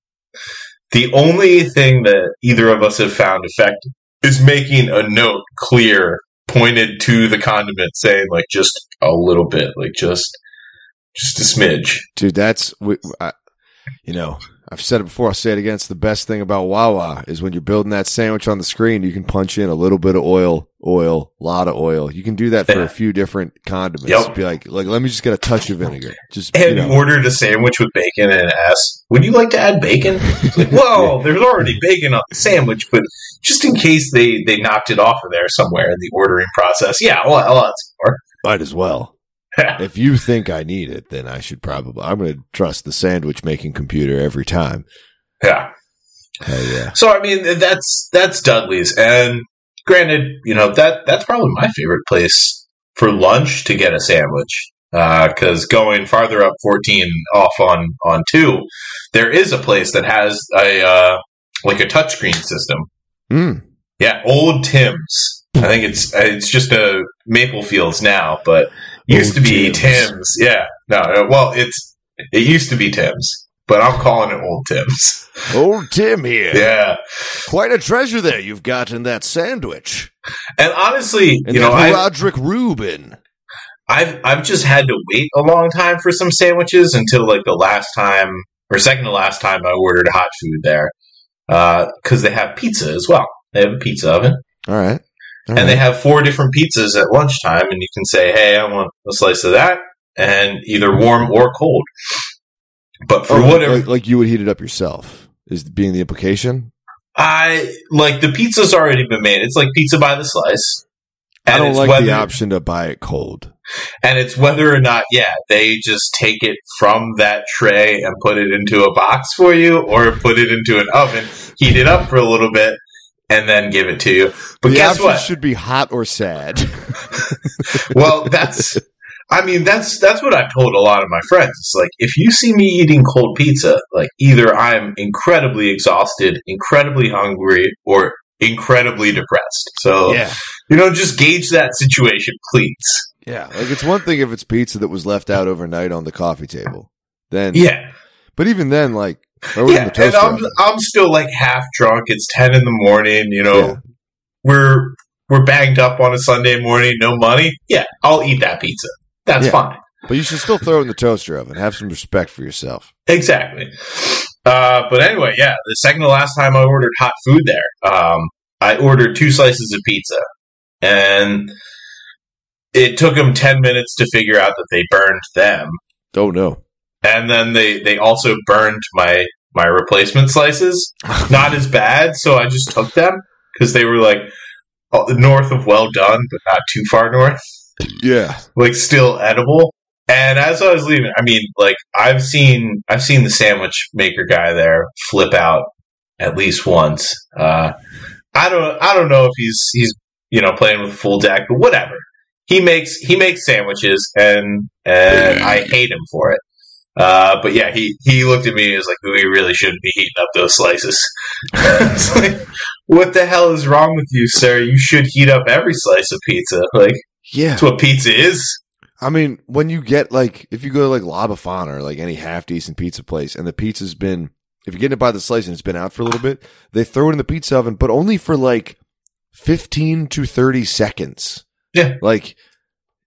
[SPEAKER 1] the only thing that either of us have found effective is making a note clear, pointed to the condiment, saying like just a little bit, like just just a smidge.
[SPEAKER 2] dude. That's we, I, you know. I've said it before. I'll say it again. It's the best thing about Wawa is when you're building that sandwich on the screen, you can punch in a little bit of oil, oil, a lot of oil. You can do that for
[SPEAKER 1] Yeah.
[SPEAKER 2] a few different condiments.
[SPEAKER 1] Yep.
[SPEAKER 2] Be like, like, let me just get a touch of vinegar. Just you
[SPEAKER 1] Have
[SPEAKER 2] know.
[SPEAKER 1] you ordered a sandwich with bacon and asked, "Would you like to add bacon?" It's like, well, there's already bacon on the sandwich, but just in case they they knocked it off of there somewhere in the ordering process, yeah, well, I'll add some more.
[SPEAKER 2] Might as well. if you think I need it, then I should probably. I'm going to trust the sandwich making computer every time.
[SPEAKER 1] Yeah.
[SPEAKER 2] Hell yeah.
[SPEAKER 1] So I mean, that's that's Dudley's, and granted, you know that that's probably my favorite place for lunch to get a sandwich. Because going farther up 14 off on on two, there is a place that has a uh, like a touchscreen system.
[SPEAKER 2] Mm.
[SPEAKER 1] Yeah, Old Tim's. I think it's it's just a Maple Fields now, but it used
[SPEAKER 2] Old
[SPEAKER 1] to be
[SPEAKER 2] Tim's.
[SPEAKER 1] Tim's. Yeah, no, no, well, it's it used to be Tim's, but I'm calling it Old Tim's.
[SPEAKER 2] Old Tim here.
[SPEAKER 1] Yeah,
[SPEAKER 2] Quite a treasure there you've got in that sandwich.
[SPEAKER 1] and honestly,
[SPEAKER 2] And
[SPEAKER 1] you know,
[SPEAKER 2] that
[SPEAKER 1] I,
[SPEAKER 2] Roderick Rubin.
[SPEAKER 1] I've I've just had to wait a long time for some sandwiches until like the last time or second to last time I ordered hot food there because they have pizza as well. They have a pizza oven
[SPEAKER 2] All right. All
[SPEAKER 1] and they
[SPEAKER 2] right.
[SPEAKER 1] have four different pizzas at lunchtime, and you can say, "Hey, I want a slice of that," and either warm or cold. But for
[SPEAKER 2] Oh, like-
[SPEAKER 1] whatever
[SPEAKER 2] Like, like you would heat it up yourself, is being the implication.
[SPEAKER 1] I like, the pizza's already been made. It's like pizza by the slice.
[SPEAKER 2] I don't
[SPEAKER 1] it's
[SPEAKER 2] like
[SPEAKER 1] whether,
[SPEAKER 2] the option to buy it cold.
[SPEAKER 1] and it's whether or not, yeah, they just take it from that tray and put it into a box for you, or put it into an oven, heat it up for a little bit, and then give it to you. But
[SPEAKER 2] the
[SPEAKER 1] guess
[SPEAKER 2] option
[SPEAKER 1] what?
[SPEAKER 2] should be hot or sad.
[SPEAKER 1] well, that's. I mean, that's that's what I've told a lot of my friends. It's like if you see me eating cold pizza, like either I'm incredibly exhausted, incredibly hungry, or incredibly depressed. So you know, just gauge that situation, please.
[SPEAKER 2] Yeah. Like it's one thing if it's pizza that was left out overnight on the coffee table. Then
[SPEAKER 1] Yeah,
[SPEAKER 2] But even then, like, throw it in the
[SPEAKER 1] yeah. And
[SPEAKER 2] toaster.
[SPEAKER 1] I'm
[SPEAKER 2] oven.
[SPEAKER 1] I'm still like half drunk. It's ten in the morning. You know,
[SPEAKER 2] Yeah.
[SPEAKER 1] we're we're banged up on a Sunday morning. No money. Yeah, I'll eat that pizza. That's
[SPEAKER 2] Yeah.
[SPEAKER 1] fine.
[SPEAKER 2] But you should still throw it in the toaster oven. Have some respect for yourself.
[SPEAKER 1] Exactly. Uh, but anyway, yeah, the second to last time I ordered hot food there, um, I ordered two slices of pizza, and it took them ten minutes to figure out that they burned them,
[SPEAKER 2] Oh no.
[SPEAKER 1] and then they they also burned my my replacement slices. Not as bad, so I just took them because they were like uh, north of well done, but not too far north
[SPEAKER 2] Yeah.
[SPEAKER 1] like still edible. And as I was leaving, I mean, like I've seen I've seen the sandwich maker guy there flip out at least once. Uh, I don't I don't know if he's he's you know playing with a full deck, but whatever. He makes he makes sandwiches, and and I hate him for it. Uh, but yeah, he he looked at me and was like, "We really shouldn't be heating up those slices." it's like, what the hell is wrong with you, sir? You should heat up every slice of pizza. Like
[SPEAKER 2] Yeah.
[SPEAKER 1] that's what pizza is.
[SPEAKER 2] I mean, when you get like, if you go to like La Befana or like any half decent pizza place, and the pizza's been, if you're getting it by the slice and it's been out for a little bit, they throw it in the pizza oven, but only for like fifteen to thirty seconds.
[SPEAKER 1] Yeah.
[SPEAKER 2] Like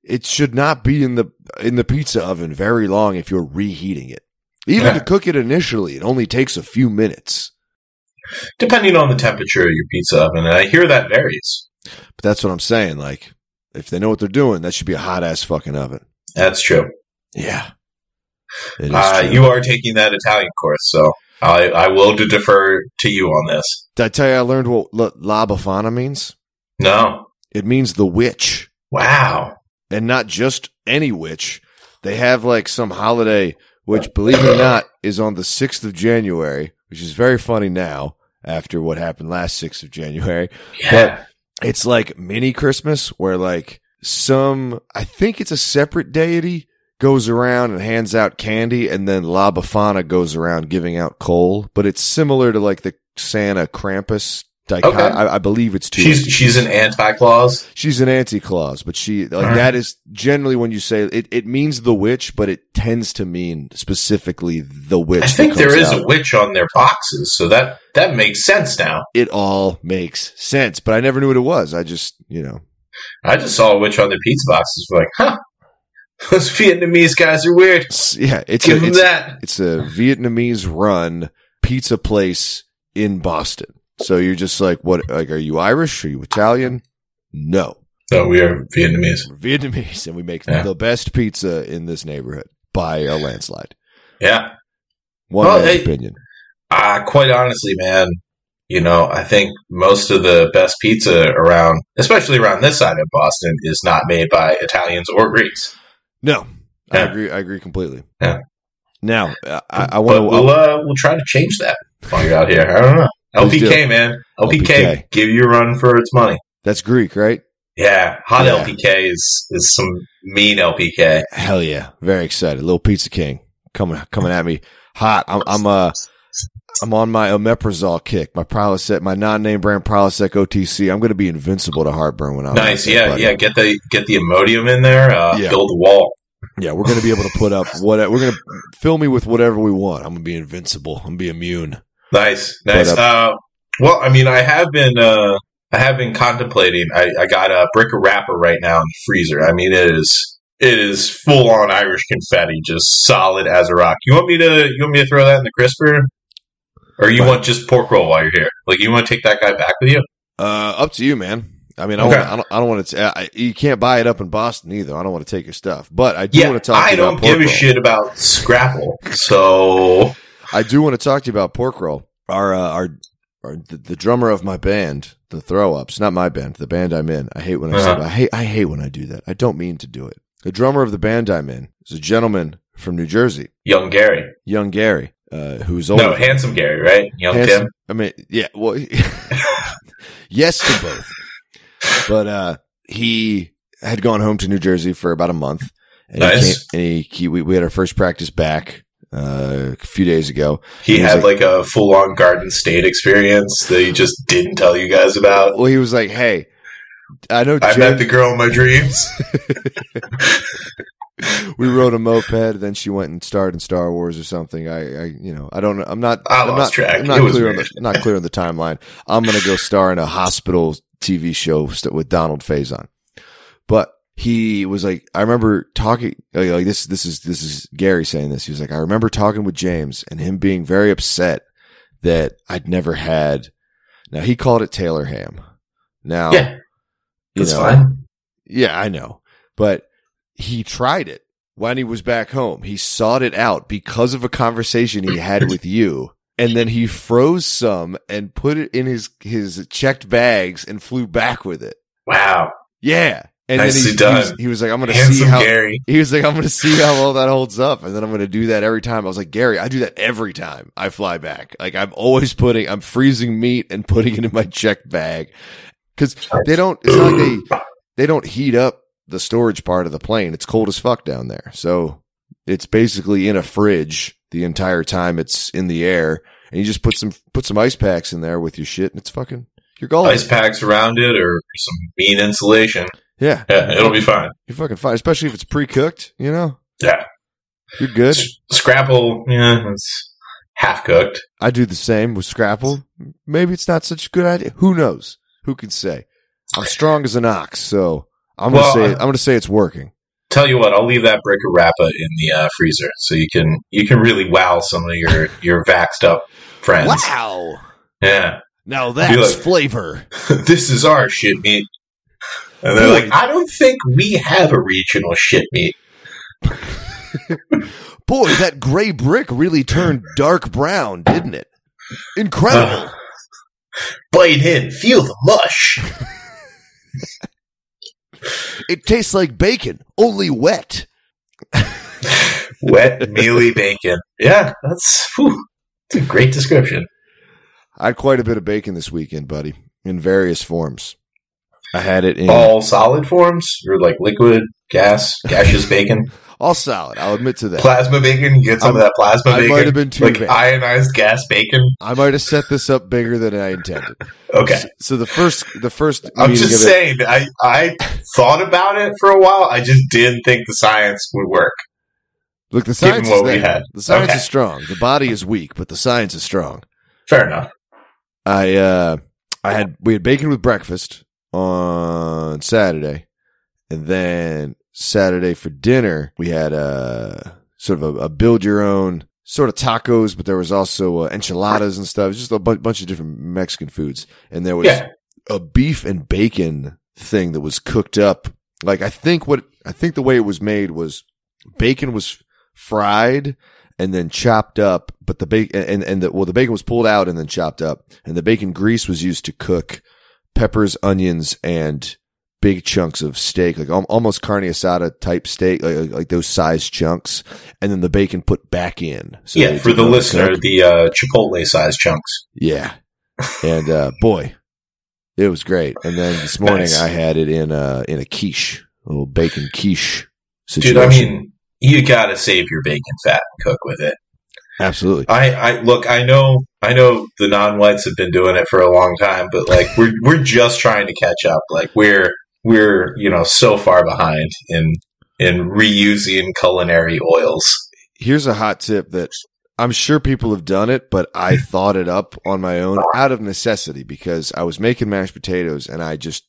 [SPEAKER 2] it should not be in the in the pizza oven very long if you're reheating it. Even
[SPEAKER 1] Yeah.
[SPEAKER 2] to cook it initially, it only takes a few minutes.
[SPEAKER 1] depending on the temperature of your pizza oven. And I hear that varies.
[SPEAKER 2] But that's what I'm saying. Like, if they know what they're doing, that should be a hot ass fucking oven.
[SPEAKER 1] That's true.
[SPEAKER 2] Yeah. It is
[SPEAKER 1] Uh,
[SPEAKER 2] true.
[SPEAKER 1] you are taking that Italian course, so I, I will to defer to you on this.
[SPEAKER 2] Did I tell you I learned what L- La Befana means?
[SPEAKER 1] No.
[SPEAKER 2] It means the witch,
[SPEAKER 1] Wow.
[SPEAKER 2] and not just any witch. They have like some holiday, which, believe it or not, is on the 6th of January, which is very funny now after what happened last 6th of January.
[SPEAKER 1] Yeah.
[SPEAKER 2] it's like mini Christmas where like some I think it's a separate deity goes around and hands out candy and then La Befana goes around giving out coal. But it's similar to like the Santa Krampus dichot-
[SPEAKER 1] Okay.
[SPEAKER 2] I, I believe it's two
[SPEAKER 1] She's she's an anti clause.
[SPEAKER 2] she's an anti clause, but she like
[SPEAKER 1] Alright.
[SPEAKER 2] that is generally when you say it, it means the witch, but it tends to mean specifically the witch.
[SPEAKER 1] I
[SPEAKER 2] that
[SPEAKER 1] think there
[SPEAKER 2] comes
[SPEAKER 1] is
[SPEAKER 2] out.
[SPEAKER 1] a witch on their boxes, so that that makes sense now.
[SPEAKER 2] it all makes sense, but I never knew what it was. I just you know
[SPEAKER 1] I just saw a witch on their pizza boxes. Like, huh? Those Vietnamese guys are weird.
[SPEAKER 2] s- yeah, it's
[SPEAKER 1] Give
[SPEAKER 2] a,
[SPEAKER 1] them
[SPEAKER 2] it's,
[SPEAKER 1] that.
[SPEAKER 2] It's a Vietnamese run pizza place in Boston. So you're just like, what? Like, are you Irish? Are you Italian? No,
[SPEAKER 1] No, we are Vietnamese.
[SPEAKER 2] we're Vietnamese, and we make
[SPEAKER 1] Yeah.
[SPEAKER 2] the best pizza in this neighborhood by a landslide.
[SPEAKER 1] Yeah.
[SPEAKER 2] One
[SPEAKER 1] Well,
[SPEAKER 2] man's
[SPEAKER 1] hey-
[SPEAKER 2] opinion.
[SPEAKER 1] Uh, quite honestly, man, you know, I think most of the best pizza around, especially around this side of Boston, is not made by Italians or Greeks.
[SPEAKER 2] No, I
[SPEAKER 1] Yeah.
[SPEAKER 2] agree. I agree completely.
[SPEAKER 1] Yeah.
[SPEAKER 2] Now, I, I
[SPEAKER 1] But
[SPEAKER 2] want
[SPEAKER 1] we'll,
[SPEAKER 2] to.
[SPEAKER 1] uh, we'll try to change that while you're out here. I don't know.
[SPEAKER 2] Please do.
[SPEAKER 1] LPK, man. LPK,
[SPEAKER 2] LPK.
[SPEAKER 1] give you a run for its money.
[SPEAKER 2] That's Greek, right?
[SPEAKER 1] Yeah, hot
[SPEAKER 2] Yeah.
[SPEAKER 1] LPK is, is some mean LPK.
[SPEAKER 2] Hell yeah! Very excited. Little Pizza King coming coming at me hot. I'm I'm uh I'm on my omeprazole kick. My Prilosec, my non-name brand Prilosec OTC. I'm going to be invincible to heartburn when I'm out
[SPEAKER 1] nice,
[SPEAKER 2] there,
[SPEAKER 1] yeah,
[SPEAKER 2] buddy.
[SPEAKER 1] yeah. Get the get the Imodium in there. Uh,
[SPEAKER 2] Yeah.
[SPEAKER 1] Build a wall.
[SPEAKER 2] yeah. We're going to be able to put up what we're going to fill me with whatever we want. I'm going to be invincible. I'm going to be immune.
[SPEAKER 1] Nice, nice.
[SPEAKER 2] But,
[SPEAKER 1] uh, well, I mean, I have been, uh, I have been contemplating. I, I got a brick a wrapper right now in the freezer. I mean, it is, it is full on Irish confetti, just solid as a rock. You want me to, you want me to throw that in the crisper, or you
[SPEAKER 2] Right.
[SPEAKER 1] want just pork roll while you're here? Like, you want to take that guy back with you?
[SPEAKER 2] Uh, up to you, man. I mean, I,
[SPEAKER 1] Okay.
[SPEAKER 2] want, I don't, I don't want to. I, you can't buy it up in Boston either. I don't want to take your stuff, but I do
[SPEAKER 1] Yeah,
[SPEAKER 2] want to talk. to
[SPEAKER 1] I
[SPEAKER 2] you
[SPEAKER 1] don't
[SPEAKER 2] about
[SPEAKER 1] give
[SPEAKER 2] pork
[SPEAKER 1] a
[SPEAKER 2] roll.
[SPEAKER 1] shit about Scrapple. So
[SPEAKER 2] I do want to talk to you about pork roll. Our uh, our, our the, the drummer of my band, the Throw Ups, not my band, the band I'm in. I hate when I say
[SPEAKER 1] Uh-huh.
[SPEAKER 2] I hate I hate when I do that. I don't mean to do it. The drummer of the band I'm in is a gentleman from New Jersey,
[SPEAKER 1] young Gary,
[SPEAKER 2] young Gary, uh, who's old.
[SPEAKER 1] no, handsome Gary, right? Young Tim.
[SPEAKER 2] I mean, yeah, well, yes to both. But uh, he had gone home to New Jersey for about a month. And
[SPEAKER 1] Nice.
[SPEAKER 2] He came, and he, he, we, we had our first practice back uh, a few days ago.
[SPEAKER 1] He
[SPEAKER 2] He's
[SPEAKER 1] had like a full on Garden State experience that he just didn't tell you guys about.
[SPEAKER 2] Well, he was like, "Hey, I know
[SPEAKER 1] I met
[SPEAKER 2] Jen,
[SPEAKER 1] the girl of my dreams.
[SPEAKER 2] we rode a moped, then she went and starred in Star Wars or something. I, I you know, I don't. know. I'm not.
[SPEAKER 1] I
[SPEAKER 2] am
[SPEAKER 1] lost
[SPEAKER 2] not,
[SPEAKER 1] track.
[SPEAKER 2] I'm not
[SPEAKER 1] It was
[SPEAKER 2] clear on
[SPEAKER 1] weird.
[SPEAKER 2] the not clear on the timeline. I'm gonna go star in a hospital TV show st- with Donald Faison. But he was like, I remember talking like, like this. This is this is Gary saying this. He was like, I remember talking with James and him being very upset that I'd never had. Now he called it Taylor ham. Now
[SPEAKER 1] Yeah,
[SPEAKER 2] you
[SPEAKER 1] that's
[SPEAKER 2] know,
[SPEAKER 1] fine.
[SPEAKER 2] Yeah, I know. But he tried it when he was back home. He sought it out because of a conversation he had with you. And then he froze some and put it in his, his checked bags and flew back with it.
[SPEAKER 1] Wow,
[SPEAKER 2] Yeah. And
[SPEAKER 1] Nicely
[SPEAKER 2] then he- he, was-
[SPEAKER 1] done.
[SPEAKER 2] he was like, I'm going to see
[SPEAKER 1] handsome
[SPEAKER 2] how,
[SPEAKER 1] Gary.
[SPEAKER 2] he was like, I'm going to see how well that holds up. And then I'm going to do that every time. I was like, Gary, I do that every time I fly back. Like I'm always putting, I'm freezing meat and putting it in my checked bag. Cause they don't, it's not like they, they don't heat up the storage part of the plane. It's cold as fuck down there. So it's basically in a fridge the entire time it's in the air. And you just put some put some ice packs in there with your shit and it's fucking you're golden.
[SPEAKER 1] Ice packs around it, or some mean insulation.
[SPEAKER 2] Yeah.
[SPEAKER 1] Yeah, it'll be fine.
[SPEAKER 2] You're fucking fine. Especially if it's pre cooked, you know?
[SPEAKER 1] Yeah.
[SPEAKER 2] You're good.
[SPEAKER 1] S- Scrapple, yeah, it's half cooked.
[SPEAKER 2] I do the same with Scrapple. Maybe it's not such a good idea. Who knows? Who can say? I'm strong as an ox, so I'm
[SPEAKER 1] Well,
[SPEAKER 2] gonna say
[SPEAKER 1] I-
[SPEAKER 2] I'm gonna say it's working.
[SPEAKER 1] Tell you what, I'll leave that brick of Rappa in the uh, freezer, so you can you can really wow some of your your vaxxed up friends.
[SPEAKER 2] Wow.
[SPEAKER 1] Yeah,
[SPEAKER 2] Now
[SPEAKER 1] that's like-
[SPEAKER 2] flavor.
[SPEAKER 1] this is our shit meat. And they're
[SPEAKER 2] Boy.
[SPEAKER 1] like, I don't think we have a regional shit meat.
[SPEAKER 2] Boy, that gray brick really turned dark brown, didn't it? Incredible.
[SPEAKER 1] Blade in, feel the mush.
[SPEAKER 2] It tastes like bacon, only wet.
[SPEAKER 1] Wet, mealy bacon. Yeah, that's, whew, that's a great description.
[SPEAKER 2] I had quite a bit of bacon this weekend, buddy, in various forms. I had it in all,
[SPEAKER 1] All solid forms, or like liquid, gas, gaseous bacon,
[SPEAKER 2] solid. I'll admit to that.
[SPEAKER 1] plasma bacon. You get some of that plasma
[SPEAKER 2] I
[SPEAKER 1] bacon,
[SPEAKER 2] might have been too
[SPEAKER 1] like
[SPEAKER 2] bad.
[SPEAKER 1] ionized gas bacon.
[SPEAKER 2] I might have set this up bigger than I intended.
[SPEAKER 1] Okay,
[SPEAKER 2] So, so the first, the first,
[SPEAKER 1] I'm
[SPEAKER 2] meeting of
[SPEAKER 1] just
[SPEAKER 2] it-
[SPEAKER 1] saying. I I thought about it for a while. I just didn't think the science would work.
[SPEAKER 2] Look, the
[SPEAKER 1] Given
[SPEAKER 2] science is
[SPEAKER 1] what we
[SPEAKER 2] there.
[SPEAKER 1] had.
[SPEAKER 2] The science
[SPEAKER 1] Okay.
[SPEAKER 2] is strong. The body is weak, but the science is strong.
[SPEAKER 1] Fair enough.
[SPEAKER 2] I uh I had we had bacon with breakfast on Saturday, and then Saturday for dinner we had uh sort of a, a build your own sort of tacos, but there was also uh, enchiladas and stuff. It was just a bu- bunch of different Mexican foods, and there was
[SPEAKER 1] Yeah.
[SPEAKER 2] a beef and bacon thing that was cooked up. Like I think what I think the way it was made was bacon was fried and then chopped up, but the bacon and and the well the bacon was pulled out and then chopped up, and the bacon grease was used to cook peppers, onions, and big chunks of steak, like al- almost carne asada type steak, like, like- like those size chunks, and then the bacon put back in. So
[SPEAKER 1] yeah,
[SPEAKER 2] they
[SPEAKER 1] for
[SPEAKER 2] didn't overcook.
[SPEAKER 1] the listener, the uh, Chipotle sized chunks.
[SPEAKER 2] Yeah. And uh boy, it was great. And then this morning
[SPEAKER 1] Nice.
[SPEAKER 2] I had it in uh in a quiche, a little bacon quiche
[SPEAKER 1] Dude,
[SPEAKER 2] situation.
[SPEAKER 1] I mean, you gotta save your bacon fat and cook with it.
[SPEAKER 2] absolutely.
[SPEAKER 1] I, I look, I know, I know the non-whites have been doing it for a long time, but like we're we're just trying to catch up. Like we're we're you know so far behind in in reusing culinary oils.
[SPEAKER 2] Here's a hot tip that I'm sure people have done it, but I thought it up on my own out of necessity because I was making mashed potatoes and I just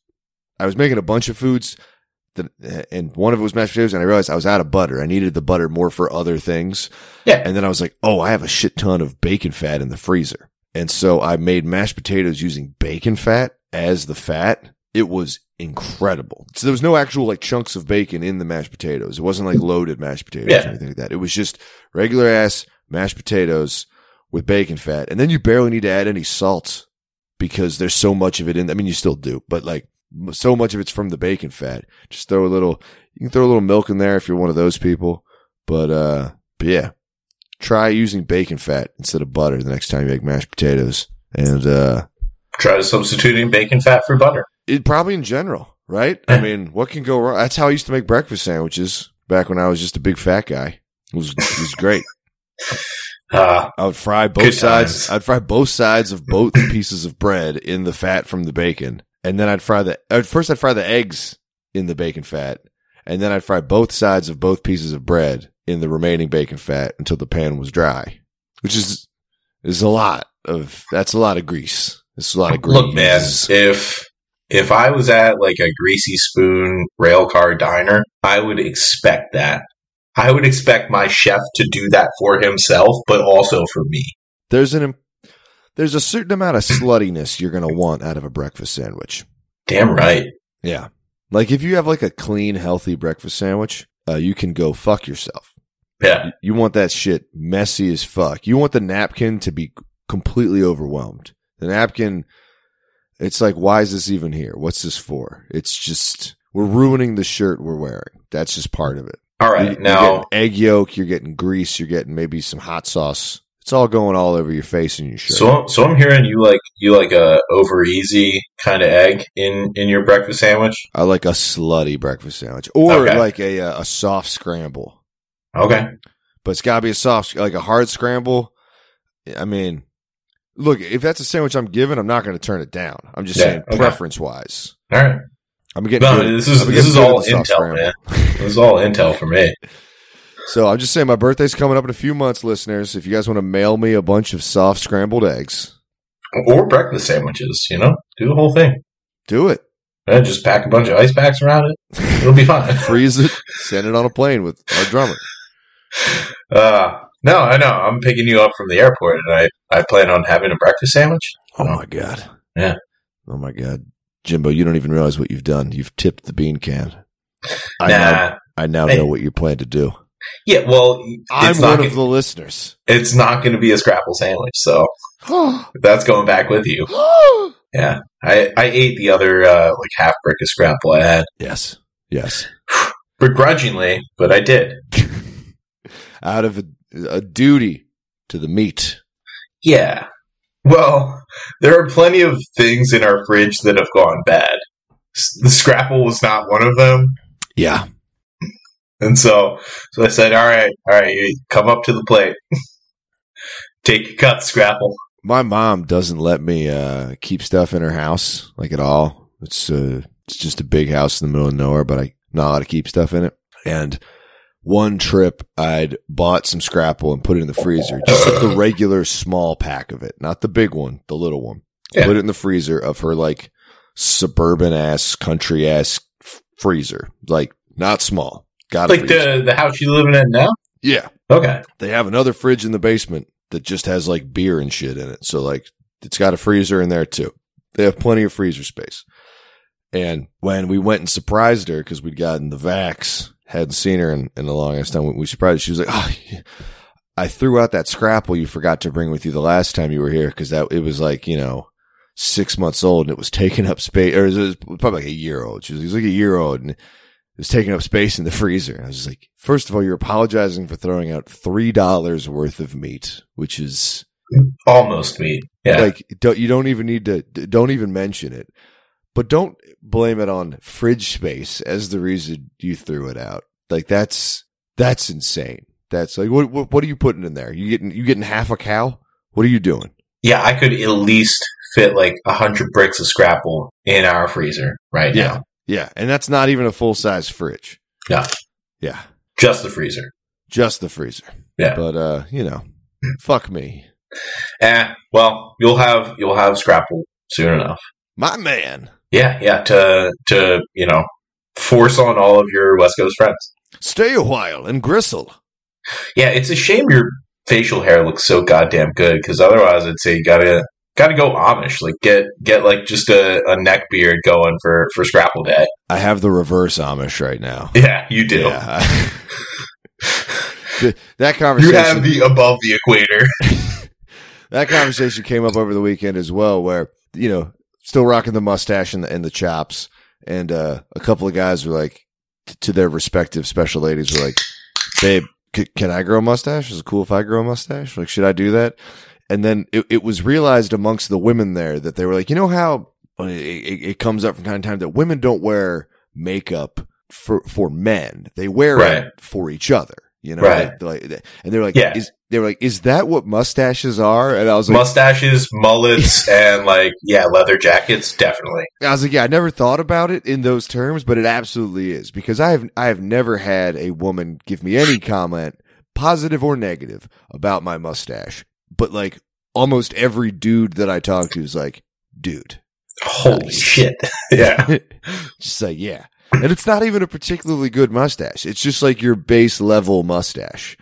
[SPEAKER 2] I was making a bunch of foods that, and one of it was mashed potatoes and I realized I was out of butter. I needed the butter more for other things.
[SPEAKER 1] Yeah.
[SPEAKER 2] And then I was like, "Oh, I have a shit ton of bacon fat in the freezer." And so I made mashed potatoes using bacon fat as the fat. It was incredible. So there was no actual like chunks of bacon in the mashed potatoes. It wasn't like loaded mashed potatoes
[SPEAKER 1] Yeah.
[SPEAKER 2] or anything like that. It was just regular ass mashed potatoes with bacon fat. And then you barely need to add any salt because there's so much of it in. I mean, you still do, but like m- so much of it's from the bacon fat. Just throw a little, you can throw a little milk in there if you're one of those people. But, uh, but yeah, try using bacon fat instead of butter the next time you make mashed potatoes. And, uh,
[SPEAKER 1] Try substituting bacon fat for butter.
[SPEAKER 2] it probably in general, right? I mean, what can go wrong? That's how I used to make breakfast sandwiches back when I was just a big fat guy. It was, it was great.
[SPEAKER 1] Uh,
[SPEAKER 2] I would fry both
[SPEAKER 1] Good
[SPEAKER 2] sides.
[SPEAKER 1] times.
[SPEAKER 2] I'd fry both sides of both pieces of bread in the fat from the bacon, and then I'd fry the. At first, I'd fry the eggs in the bacon fat, and then I'd fry both sides of both pieces of bread in the remaining bacon fat until the pan was dry, which is is a lot of. That's a lot of grease. It's a lot of grease.
[SPEAKER 1] look, man, if if I was at like a greasy spoon rail car diner, I would expect that. I would expect my chef to do that for himself, but also for me.
[SPEAKER 2] There's an. im- There's a certain amount of sluttiness you're gonna want out of a breakfast sandwich.
[SPEAKER 1] Damn right.
[SPEAKER 2] Yeah. Like if you have like a clean, healthy breakfast sandwich, uh, you can go fuck yourself.
[SPEAKER 1] Yeah.
[SPEAKER 2] You want that shit messy as fuck. You want the napkin to be completely overwhelmed. The napkin, it's like, why is this even here? What's this for? It's just, we're ruining the shirt we're wearing. That's just part of it.
[SPEAKER 1] All
[SPEAKER 2] You-
[SPEAKER 1] right.
[SPEAKER 2] you're
[SPEAKER 1] Now,
[SPEAKER 2] getting egg yolk, you're getting grease, you're getting maybe some hot sauce. It's all going all over your face and your shirt.
[SPEAKER 1] so so I'm hearing you like you like a over easy kind of egg in in your breakfast sandwich.
[SPEAKER 2] I like a slutty breakfast sandwich or
[SPEAKER 1] Okay.
[SPEAKER 2] like a, uh, a soft scramble.
[SPEAKER 1] Okay.
[SPEAKER 2] but it's got to be a soft, like a hard scramble. I mean, look, if that's a sandwich I'm given, I'm not going to turn it down. I'm just
[SPEAKER 1] Yeah,
[SPEAKER 2] saying
[SPEAKER 1] okay.
[SPEAKER 2] preference wise.
[SPEAKER 1] All right.
[SPEAKER 2] I'm getting
[SPEAKER 1] No,
[SPEAKER 2] good-
[SPEAKER 1] this is
[SPEAKER 2] I'm
[SPEAKER 1] this
[SPEAKER 2] getting
[SPEAKER 1] is
[SPEAKER 2] good at
[SPEAKER 1] all
[SPEAKER 2] the soft
[SPEAKER 1] intel, man. This is all intel for me.
[SPEAKER 2] So I'm just saying, my birthday's coming up in a few months, listeners. If you guys want to mail me a bunch of soft scrambled eggs,
[SPEAKER 1] Or breakfast sandwiches, you know? Do the whole thing.
[SPEAKER 2] do it.
[SPEAKER 1] Yeah, just pack a bunch of ice packs around it. It'll be fine.
[SPEAKER 2] Freeze it, send it on a plane with our drummer.
[SPEAKER 1] Uh, no, I know. I'm picking you up from the airport, and I, I plan on having a breakfast sandwich.
[SPEAKER 2] Oh my god.
[SPEAKER 1] Yeah.
[SPEAKER 2] Oh my god, Jimbo, you don't even realize what you've done. You've tipped the bean can. I
[SPEAKER 1] nah,
[SPEAKER 2] now, I now
[SPEAKER 1] Hey.
[SPEAKER 2] know what you plan to do.
[SPEAKER 1] Yeah, well, it's
[SPEAKER 2] I'm
[SPEAKER 1] not
[SPEAKER 2] one
[SPEAKER 1] gonna,
[SPEAKER 2] of the listeners.
[SPEAKER 1] it's not going to be a scrapple sandwich, so that's going back with you. Yeah, I I ate the other uh, like half brick of scrapple I had
[SPEAKER 2] yes. Yes.
[SPEAKER 1] begrudgingly, but I did.
[SPEAKER 2] Out of a, a duty to the meat.
[SPEAKER 1] Yeah. Well, there are plenty of things in our fridge that have gone bad. S- The scrapple was not one of them.
[SPEAKER 2] Yeah.
[SPEAKER 1] And so, so I said, "All right, all right, you come up to the plate, take your cut, Scrapple."
[SPEAKER 2] My mom doesn't let me uh, keep stuff in her house like at all. It's uh, it's just a big house in the middle of nowhere, but I not allowed to keep stuff in it. And one trip, I'd bought some scrapple and put it in the freezer, just like the regular small pack of it, not the big one, the little one.
[SPEAKER 1] Yeah.
[SPEAKER 2] Put it in the freezer of her like suburban ass, country ass f- freezer, like not small. Got
[SPEAKER 1] Like the the house you living in now.
[SPEAKER 2] yeah.
[SPEAKER 1] Okay,
[SPEAKER 2] They have another fridge in the basement that just has like beer and shit in it. So like it's got a freezer in there too. They have plenty of freezer space. And when we went and surprised her because we'd gotten the vax, hadn't seen her in, in the longest time, we- we surprised her. She was like, "Oh, yeah. I threw out that scrapple you forgot to bring with you the last time you were here because that it was like you know six months old and it was taking up space, or it was probably like a year old. She was, it was like a year old and it was taking up space in the freezer. And I was just like, first of all, you're apologizing for throwing out three dollars worth of meat, which is
[SPEAKER 1] almost me. Yeah,
[SPEAKER 2] like don't, you don't even need to d- don't even mention it. But don't blame it on fridge space as the reason you threw it out. Like that's that's insane. That's like what what, what are you putting in there? You getting you getting half a cow? What are you doing?
[SPEAKER 1] yeah, I could at least fit like a hundred bricks of Scrapple in our freezer right now,
[SPEAKER 2] Yeah, and that's not even a full size fridge.
[SPEAKER 1] Yeah.
[SPEAKER 2] Yeah.
[SPEAKER 1] just the freezer.
[SPEAKER 2] Just the freezer.
[SPEAKER 1] Yeah.
[SPEAKER 2] But uh, you know, fuck me.
[SPEAKER 1] Eh, well, you'll have you'll have Scrapple soon enough.
[SPEAKER 2] My man.
[SPEAKER 1] Yeah, yeah, to to you know, force on all of your West Coast friends.
[SPEAKER 2] Stay a while and gristle.
[SPEAKER 1] Yeah, it's a shame your facial hair looks so goddamn good because otherwise, I'd say you gotta gotta go Amish. Like get get like just a, a neck beard going for for Scrapple Day.
[SPEAKER 2] I have the reverse Amish right now.
[SPEAKER 1] Yeah, you do.
[SPEAKER 2] Yeah. Th- that
[SPEAKER 1] You
[SPEAKER 2] conversation
[SPEAKER 1] have the above the equator.
[SPEAKER 2] that conversation came up over the weekend as well where you know still rocking the mustache and the, and the chops and uh, a couple of guys were like t- to their respective special ladies were like babe c- can I grow a mustache is it cool if I grow a mustache like should I do that and then it, it was realized amongst the women there that they were like you know how uh, it, it, it comes up from time to time that women don't wear makeup for for men they wear
[SPEAKER 1] Right.
[SPEAKER 2] it for each other you know
[SPEAKER 1] Right.
[SPEAKER 2] They- like, they- and they were like
[SPEAKER 1] Yeah.
[SPEAKER 2] is they were like is that what mustaches are and I was like
[SPEAKER 1] Mustaches, mullets, and like yeah, leather jackets, definitely.
[SPEAKER 2] I was like, yeah, I never thought about it in those terms, but it absolutely is because I have I have never had a woman give me any comment, positive or negative, about my mustache. But like almost every dude that I talk to is like, dude,
[SPEAKER 1] Holy
[SPEAKER 2] Nice.
[SPEAKER 1] shit! yeah,
[SPEAKER 2] just like yeah, and it's not even a particularly good mustache. It's just like your base level mustache,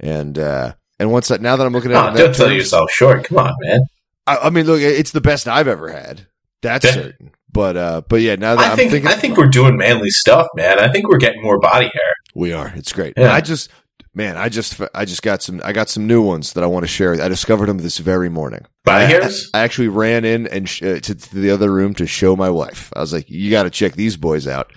[SPEAKER 2] and uh and once that now that I'm looking at
[SPEAKER 1] Ah,
[SPEAKER 2] it, in that
[SPEAKER 1] don't sell
[SPEAKER 2] terms-
[SPEAKER 1] yourself short. Come on, man.
[SPEAKER 2] I, I mean, look, it's the best I've ever had. That's
[SPEAKER 1] Yeah.
[SPEAKER 2] certain. But uh, but yeah, now that
[SPEAKER 1] I
[SPEAKER 2] am
[SPEAKER 1] think
[SPEAKER 2] thinking,
[SPEAKER 1] I think we're doing manly stuff, man. I think we're getting more body hair.
[SPEAKER 2] We are. It's great.
[SPEAKER 1] Yeah.
[SPEAKER 2] I just, man, I just, I just got some, I got some new ones that I want to share. I discovered them this very morning.
[SPEAKER 1] Body
[SPEAKER 2] I,
[SPEAKER 1] hairs.
[SPEAKER 2] I, I actually ran in and sh- uh, to, to the other room to show my wife. I was like, "You got to check these boys out."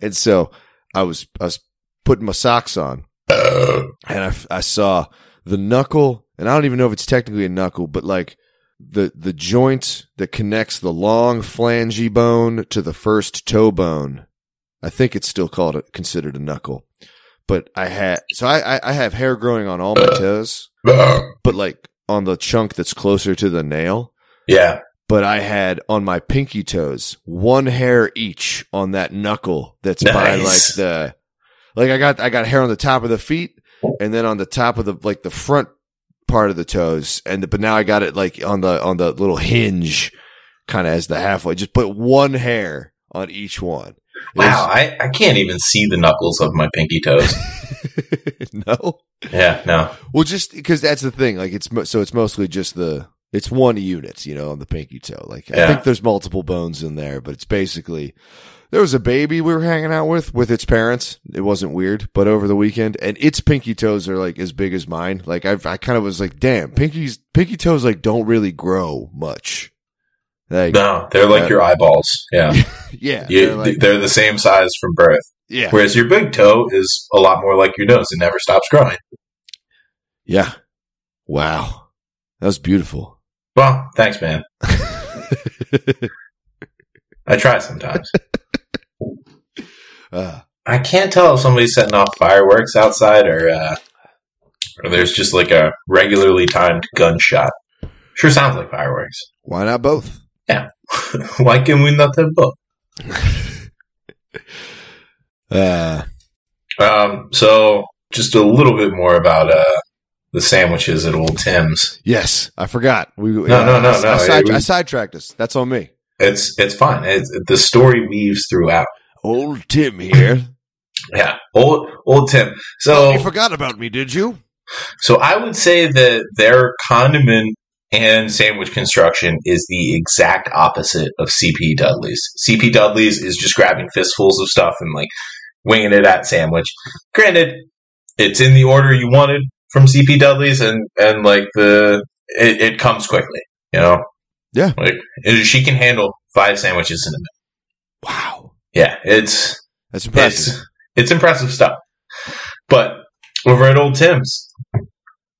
[SPEAKER 2] And so I was, I was putting my socks on, and I, f- I saw the knuckle, and I don't even know if it's technically a knuckle, but like the the joint that connects the long flangy bone to the first toe bone. I think it's still called a, considered a knuckle, but I had so I, I I have hair growing on all my toes, but like on the chunk that's closer to the nail.
[SPEAKER 1] yeah,
[SPEAKER 2] But I had on my pinky toes one hair each on that knuckle that's by like
[SPEAKER 1] Nice.
[SPEAKER 2] the like I got I got hair on the top of the feet and then on the top of the like the front part of the toes and the, but now I got it like on the on the little hinge kind of as the halfway just put one hair on each one. It was-
[SPEAKER 1] wow. I, I can't even see the knuckles of my pinky toes.
[SPEAKER 2] no.
[SPEAKER 1] Yeah, no.
[SPEAKER 2] Well, just because that's the thing. Like it's mo- so it's mostly just the It's one unit, you know, on the pinky toe. Like I
[SPEAKER 1] Yeah.
[SPEAKER 2] think there's multiple bones in there, but it's basically there was a baby we were hanging out with with its parents. It wasn't weird, but over the weekend, and its pinky toes are like as big as mine. Like I, I kind of was like, damn, pinkies, pinky toes like don't really grow much. Like
[SPEAKER 1] No, they're like
[SPEAKER 2] Yeah.
[SPEAKER 1] your eyeballs. Yeah,
[SPEAKER 2] yeah,
[SPEAKER 1] you,
[SPEAKER 2] they're
[SPEAKER 1] they're,
[SPEAKER 2] like-
[SPEAKER 1] the same size from birth.
[SPEAKER 2] yeah,
[SPEAKER 1] Whereas your big toe is a lot more like your nose; it never stops growing.
[SPEAKER 2] yeah. Wow, that was beautiful.
[SPEAKER 1] Well, thanks, man. I try sometimes.
[SPEAKER 2] Uh,
[SPEAKER 1] I can't tell if somebody's setting off fireworks outside or uh, or there's just like a regularly timed gunshot. Sure sounds like fireworks.
[SPEAKER 2] why not both?
[SPEAKER 1] Why can we not have both?
[SPEAKER 2] Uh,
[SPEAKER 1] Um, so just a little bit more about uh, the sandwiches at Old Tim's.
[SPEAKER 2] yes, I forgot. We no,
[SPEAKER 1] no, no, no,
[SPEAKER 2] I, side-
[SPEAKER 1] it was-
[SPEAKER 2] I sidetracked us. That's on me.
[SPEAKER 1] It's it's fun. It's, the story weaves throughout.
[SPEAKER 2] Old Tim here.
[SPEAKER 1] Yeah, old old Tim. So
[SPEAKER 2] you forgot about me, did you?
[SPEAKER 1] so I would say that their condiment and sandwich construction is the exact opposite of CP Dudley's. CP Dudley's is just grabbing fistfuls of stuff and like winging it at sandwich. Granted, it's in the order you wanted from CP Dudley's, and and like the it, it comes quickly. You know,
[SPEAKER 2] Yeah.
[SPEAKER 1] like it- she can handle five sandwiches in a minute.
[SPEAKER 2] Wow,
[SPEAKER 1] Yeah, it's
[SPEAKER 2] that's impressive.
[SPEAKER 1] it's, it's impressive stuff. But over at Old Tim's,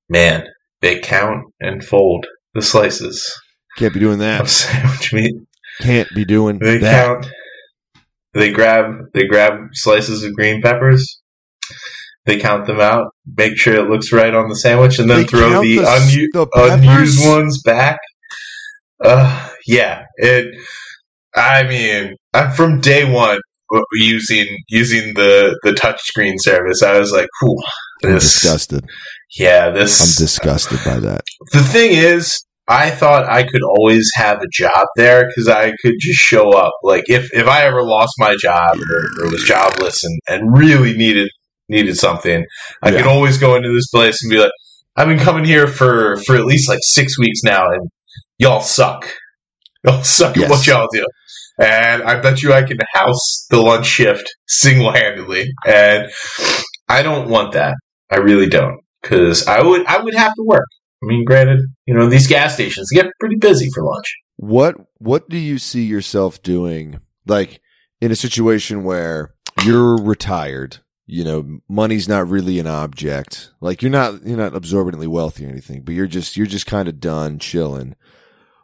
[SPEAKER 1] man, they count and fold the slices
[SPEAKER 2] Can't be doing
[SPEAKER 1] of
[SPEAKER 2] that.
[SPEAKER 1] sandwich meat.
[SPEAKER 2] Can't be doing
[SPEAKER 1] They
[SPEAKER 2] that.
[SPEAKER 1] count. They grab they grab slices of green peppers. They count them out, make sure it looks right on the sandwich, and then
[SPEAKER 2] They
[SPEAKER 1] throw
[SPEAKER 2] count
[SPEAKER 1] the,
[SPEAKER 2] s-
[SPEAKER 1] unu-
[SPEAKER 2] the
[SPEAKER 1] unused
[SPEAKER 2] peppers?
[SPEAKER 1] uh, ones back. Uh, yeah, it. I mean, I'm from day one w- using using the the touchscreen service. I was like, "Whew,
[SPEAKER 2] I'm
[SPEAKER 1] this,
[SPEAKER 2] disgusted.
[SPEAKER 1] yeah,
[SPEAKER 2] I'm
[SPEAKER 1] this.
[SPEAKER 2] disgusted by that.
[SPEAKER 1] the thing is, I thought I could always have a job there because I could just show up. Like, if if I ever lost my job or, or was jobless and and really needed needed something, I could
[SPEAKER 2] Yeah.
[SPEAKER 1] always go into this place and be like, "I've been coming here for for at least like six weeks now, and y'all suck. Y'all suck at what
[SPEAKER 2] Yes.
[SPEAKER 1] y'all do. And I bet you I can house the lunch shift single handedly. And I don't want that. I really don't. Because I would I would have to work. I mean, granted, you know, these gas stations get pretty busy for lunch.
[SPEAKER 2] What What do you see yourself doing, like in a situation where you're retired? You know, money's not really an object. Like you're not you're not absorbently wealthy or anything, but you're just you're just kind of done chilling.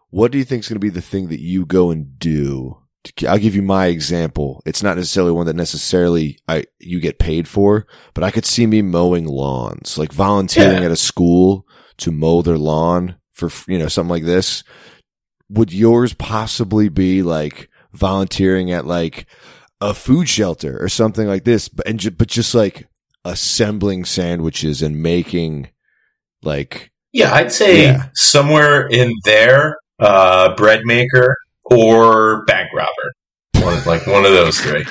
[SPEAKER 2] What do you think is going to be the thing that you go and do? To- I'll give you my example. It's not necessarily one that necessarily I you get paid for, but I could see me mowing lawns, like volunteering at a school to mow their lawn for you know something like this would yours possibly be like volunteering at like a food shelter or something like this but and ju- but just like assembling sandwiches and making like
[SPEAKER 1] Yeah, I'd say
[SPEAKER 2] Yeah.
[SPEAKER 1] somewhere in there, uh, bread maker or bank robber. One, like one of those three.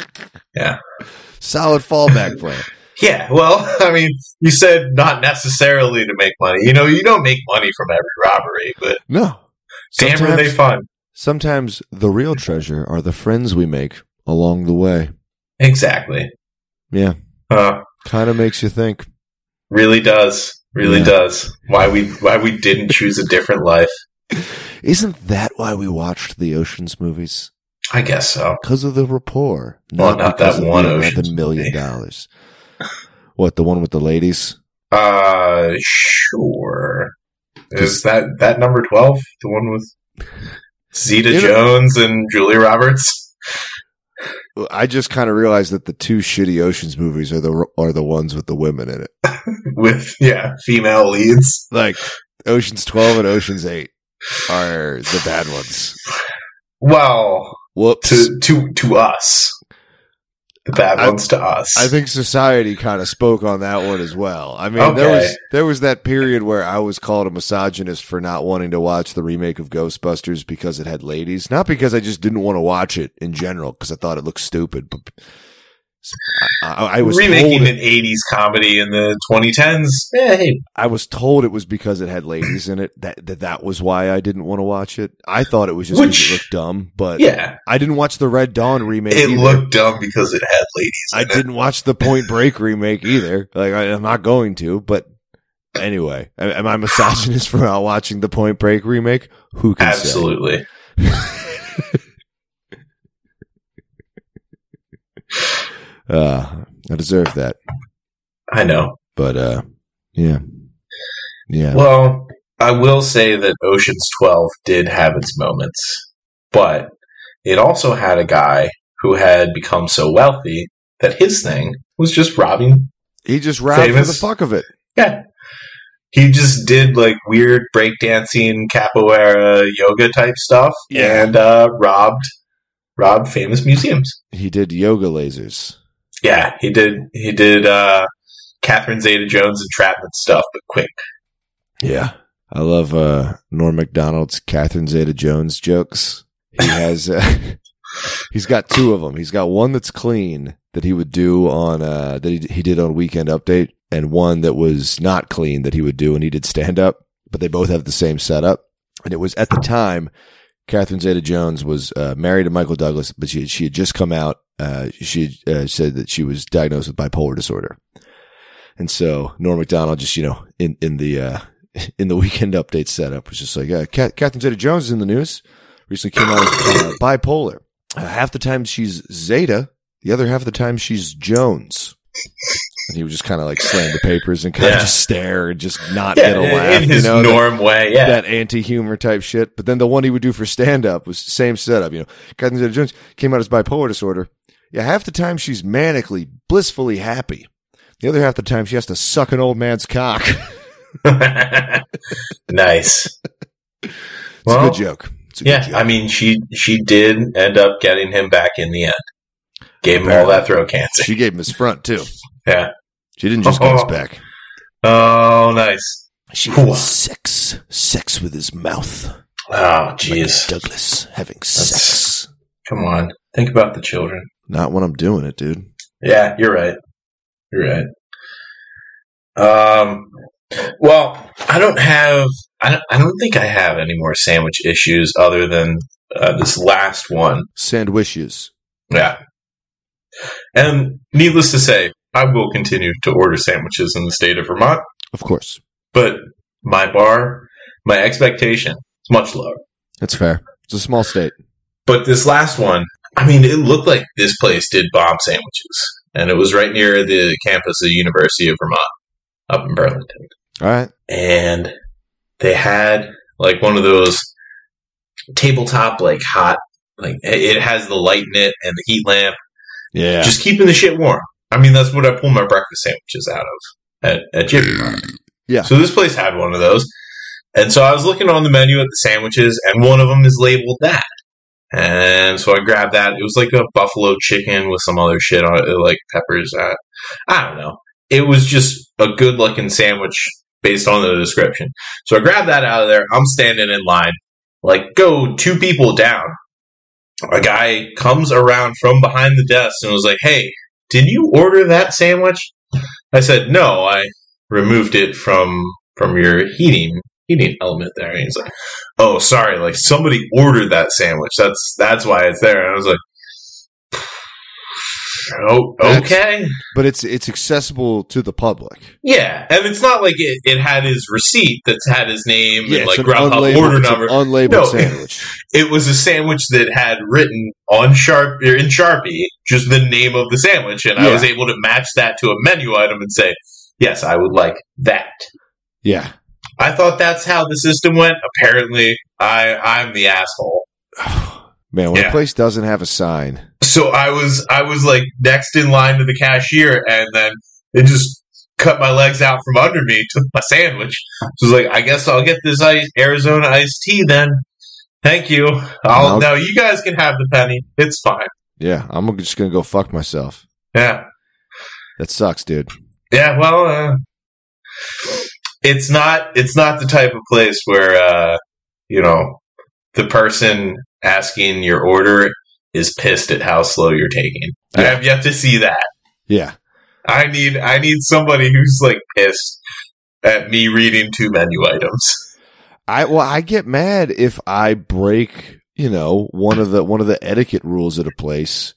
[SPEAKER 2] solid fallback plan
[SPEAKER 1] Yeah, well, I mean, you said not necessarily to make money. You know, you don't make money from every robbery, but
[SPEAKER 2] no
[SPEAKER 1] damn, are they
[SPEAKER 2] sometimes,
[SPEAKER 1] fun?
[SPEAKER 2] sometimes the real treasure are the friends we make along the way
[SPEAKER 1] Exactly.
[SPEAKER 2] Yeah.
[SPEAKER 1] Uh,
[SPEAKER 2] kind of makes you think
[SPEAKER 1] really does. Really
[SPEAKER 2] Yeah.
[SPEAKER 1] does. Why we why we didn't choose a different life?
[SPEAKER 2] isn't that why we watched the oceans movies
[SPEAKER 1] I guess so.
[SPEAKER 2] because of the rapport
[SPEAKER 1] Well, not that
[SPEAKER 2] because of the
[SPEAKER 1] one
[SPEAKER 2] 11
[SPEAKER 1] Ocean's
[SPEAKER 2] million
[SPEAKER 1] movie.
[SPEAKER 2] dollars what the one with the ladies
[SPEAKER 1] Uh, sure. Is that that number twelve? The one with Zeta
[SPEAKER 2] You know-
[SPEAKER 1] Jones and Julia Roberts?
[SPEAKER 2] I just kind of realized that the two shitty oceans movies are the are the ones with the women in it,
[SPEAKER 1] With yeah, female leads.
[SPEAKER 2] like Oceans Twelve and Oceans Eight are the bad ones.
[SPEAKER 1] Well,
[SPEAKER 2] Whoops!
[SPEAKER 1] to to to us. The bad
[SPEAKER 2] I-
[SPEAKER 1] ones to us.
[SPEAKER 2] I think society kind of spoke on that one as well. I mean, there
[SPEAKER 1] Okay.
[SPEAKER 2] was there was that period where I was called a misogynist for not wanting to watch the remake of Ghostbusters because it had ladies, not because I just didn't want to watch it in general because I thought it looked stupid, but I, I was
[SPEAKER 1] remaking
[SPEAKER 2] told,
[SPEAKER 1] an '80s comedy in the 2010s. Yeah, hey,
[SPEAKER 2] I was told it was because it had ladies in it that that, that was why I didn't want to watch it. I thought it was just because
[SPEAKER 1] Which-
[SPEAKER 2] it looked dumb, but
[SPEAKER 1] yeah,
[SPEAKER 2] I didn't watch the Red Dawn remake.
[SPEAKER 1] it
[SPEAKER 2] either.
[SPEAKER 1] looked dumb because it had ladies.
[SPEAKER 2] I
[SPEAKER 1] in it.
[SPEAKER 2] didn't watch the Point Break remake either. Like I, I'm not going to, but anyway, am am I misogynist for not watching the Point Break remake? Who can say?
[SPEAKER 1] Absolutely.
[SPEAKER 2] Uh, I deserve that,
[SPEAKER 1] I know.
[SPEAKER 2] but uh, yeah, yeah.
[SPEAKER 1] Well, I will say that Ocean's 12 did have its moments, but it also had a guy who had become so wealthy that his thing was just robbing.
[SPEAKER 2] he just rapped for the
[SPEAKER 1] famous-
[SPEAKER 2] fuck of it.
[SPEAKER 1] Yeah. He just did like weird breakdancing, capoeira, yoga type stuff
[SPEAKER 2] Yeah.
[SPEAKER 1] and uh, robbed robbed famous museums.
[SPEAKER 2] He did yoga lasers.
[SPEAKER 1] Yeah, he did he did uh Catherine Zeta Jones entrapment stuff, but quick.
[SPEAKER 2] Yeah. I love uh, Norm McDonald's Catherine Zeta Jones jokes. He has, uh, he's got two of them. He's got one that's clean that he would do on, uh, that he, he did on Weekend Update, and one that was not clean that he would do when he did stand up, but they both have the same setup. And it was at the time, Catherine Zeta Jones was uh, married to Michael Douglas, but she, she had just come out. Uh, she had, uh, said that she was diagnosed with bipolar disorder. And so Norm MacDonald just, you know, in, in the, uh, in the weekend update setup was just like, yeah, Cat- Catherine Zeta Jones is in the news. Recently came out as uh, bipolar. Uh, half the time she's Zeta, the other half of the time she's Jones. And he would just kind of like slam the papers and kind of
[SPEAKER 1] Yeah.
[SPEAKER 2] just stare and just not
[SPEAKER 1] Yeah,
[SPEAKER 2] get a laugh.
[SPEAKER 1] in his
[SPEAKER 2] you know, that-
[SPEAKER 1] norm way, yeah.
[SPEAKER 2] that anti humor type shit. But then the one he would do for stand up was the same setup. You know, Catherine Zeta Jones came out as bipolar disorder. Yeah, half the time she's manically, blissfully happy. The other half the time she has to suck an old man's cock. It's
[SPEAKER 1] nice.
[SPEAKER 2] a
[SPEAKER 1] Well,
[SPEAKER 2] good joke. It's a
[SPEAKER 1] Yeah,
[SPEAKER 2] good joke.
[SPEAKER 1] I mean, she she did end up getting him back in the end. Gave him all that throat cancer.
[SPEAKER 2] she gave him his front too.
[SPEAKER 1] Yeah.
[SPEAKER 2] She didn't just get his back.
[SPEAKER 1] Oh, nice.
[SPEAKER 2] She
[SPEAKER 1] Whoa.
[SPEAKER 2] had sex, sex with his mouth.
[SPEAKER 1] Oh,
[SPEAKER 2] Michael
[SPEAKER 1] jeez.
[SPEAKER 2] Douglas having sex.
[SPEAKER 1] Come on, think about the children.
[SPEAKER 2] Not when I'm doing it, dude.
[SPEAKER 1] Yeah, you're right. You're right. Um, well, I don't have. I don't, I don't think I have any more sandwich issues other than uh, this last one.
[SPEAKER 2] Sandwiches.
[SPEAKER 1] Yeah. And needless to say, I will continue to order sandwiches in the state of Vermont,
[SPEAKER 2] Of course.
[SPEAKER 1] but my bar, my expectation is much lower.
[SPEAKER 2] That's fair. It's a small state.
[SPEAKER 1] But this last one, I mean, it looked like this place did bomb sandwiches, and it was right near the campus of the University of Vermont up in Burlington.
[SPEAKER 2] All right.
[SPEAKER 1] And they had like one of those tabletop, like hot, like it it has the light in it and the heat lamp.
[SPEAKER 2] Yeah.
[SPEAKER 1] Just keeping the shit warm. I mean, that's what I pull my breakfast sandwiches out of at, at Jiffy Mart.
[SPEAKER 2] Yeah.
[SPEAKER 1] So this place had one of those. And so I was looking on the menu at the sandwiches, and one of them is labeled that. And so I grabbed that. It was like a buffalo chicken with some other shit on it, like peppers. Uh, I don't know. It was just a good looking sandwich based on the description. So I grabbed that out of there. I'm standing in line, like, go two people down a guy comes around from behind the desk and was like, "Hey, did you order that sandwich?" I said, "No, I removed it from from your heating heating element there." And he's like, "Oh, sorry, like somebody ordered that sandwich. That's that's why it's there." And I was like, "Oh,
[SPEAKER 2] That's-
[SPEAKER 1] okay."
[SPEAKER 2] but it's it's accessible to the public.
[SPEAKER 1] Yeah, and it's not like it, it had his receipt that's had his name and like Grubhub
[SPEAKER 2] unlabeled,
[SPEAKER 1] order
[SPEAKER 2] it's an
[SPEAKER 1] number.
[SPEAKER 2] unlabeled
[SPEAKER 1] No.
[SPEAKER 2] sandwich.
[SPEAKER 1] it was a sandwich that had written on sharp or in Sharpie just the name of the sandwich, and I
[SPEAKER 2] Yeah.
[SPEAKER 1] was able to match that to a menu item and say, "Yes, I would like that."
[SPEAKER 2] Yeah.
[SPEAKER 1] I thought that's how the system went. Apparently, I I'm the asshole.
[SPEAKER 2] Man, when
[SPEAKER 1] Yeah.
[SPEAKER 2] a place doesn't have a sign,
[SPEAKER 1] So I was I was like next in line to the cashier, and then it just cut my legs out from under me, took my sandwich. So I was like, "I guess I'll get this ice, Arizona iced tea then." Thank you. I'll,
[SPEAKER 2] No.
[SPEAKER 1] now you guys can have the penny. It's fine.
[SPEAKER 2] yeah, I'm just gonna go fuck myself.
[SPEAKER 1] Yeah.
[SPEAKER 2] That sucks, dude.
[SPEAKER 1] Yeah, well, uh, it's not it's not the type of place where uh, you know the person asking your order is pissed at how slow you're taking. I
[SPEAKER 2] Yeah.
[SPEAKER 1] have yet to see that.
[SPEAKER 2] Yeah.
[SPEAKER 1] I need I need somebody who's like pissed at me reading two menu items.
[SPEAKER 2] I well, I get mad if I break, you know, one of the one of the etiquette rules at a place,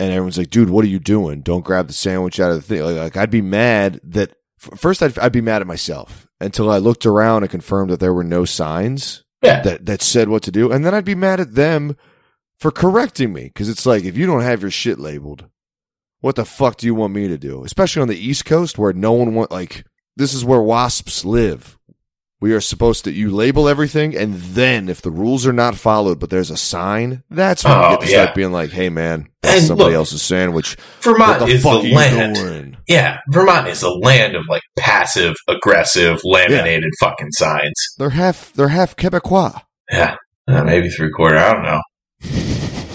[SPEAKER 2] and everyone's like, "Dude, what are you doing? Don't grab the sandwich out of the thing." Like, like I'd be mad that f- first, I'd I'd be mad at myself until I looked around and confirmed that there were no signs
[SPEAKER 1] Yeah.
[SPEAKER 2] that that said what to do, and then I'd be mad at them for correcting me because it's like if you don't have your shit labeled, what the fuck do you want me to do? Especially on the East Coast where no one want like this is where wasps live. We are supposed to you label everything, and then if the rules are not followed, but there's a sign, that's when
[SPEAKER 1] Oh,
[SPEAKER 2] you get to
[SPEAKER 1] yeah.
[SPEAKER 2] start being like, "Hey, man, that's
[SPEAKER 1] And
[SPEAKER 2] somebody
[SPEAKER 1] look,
[SPEAKER 2] else's sandwich.
[SPEAKER 1] Vermont
[SPEAKER 2] what the
[SPEAKER 1] is
[SPEAKER 2] fuck
[SPEAKER 1] the
[SPEAKER 2] are
[SPEAKER 1] land.
[SPEAKER 2] you doing?"
[SPEAKER 1] Yeah, Vermont is a land of like passive aggressive laminated fucking signs.
[SPEAKER 2] They're half they're half Quebecois.
[SPEAKER 1] Yeah. Uh, maybe three quarter, I don't know.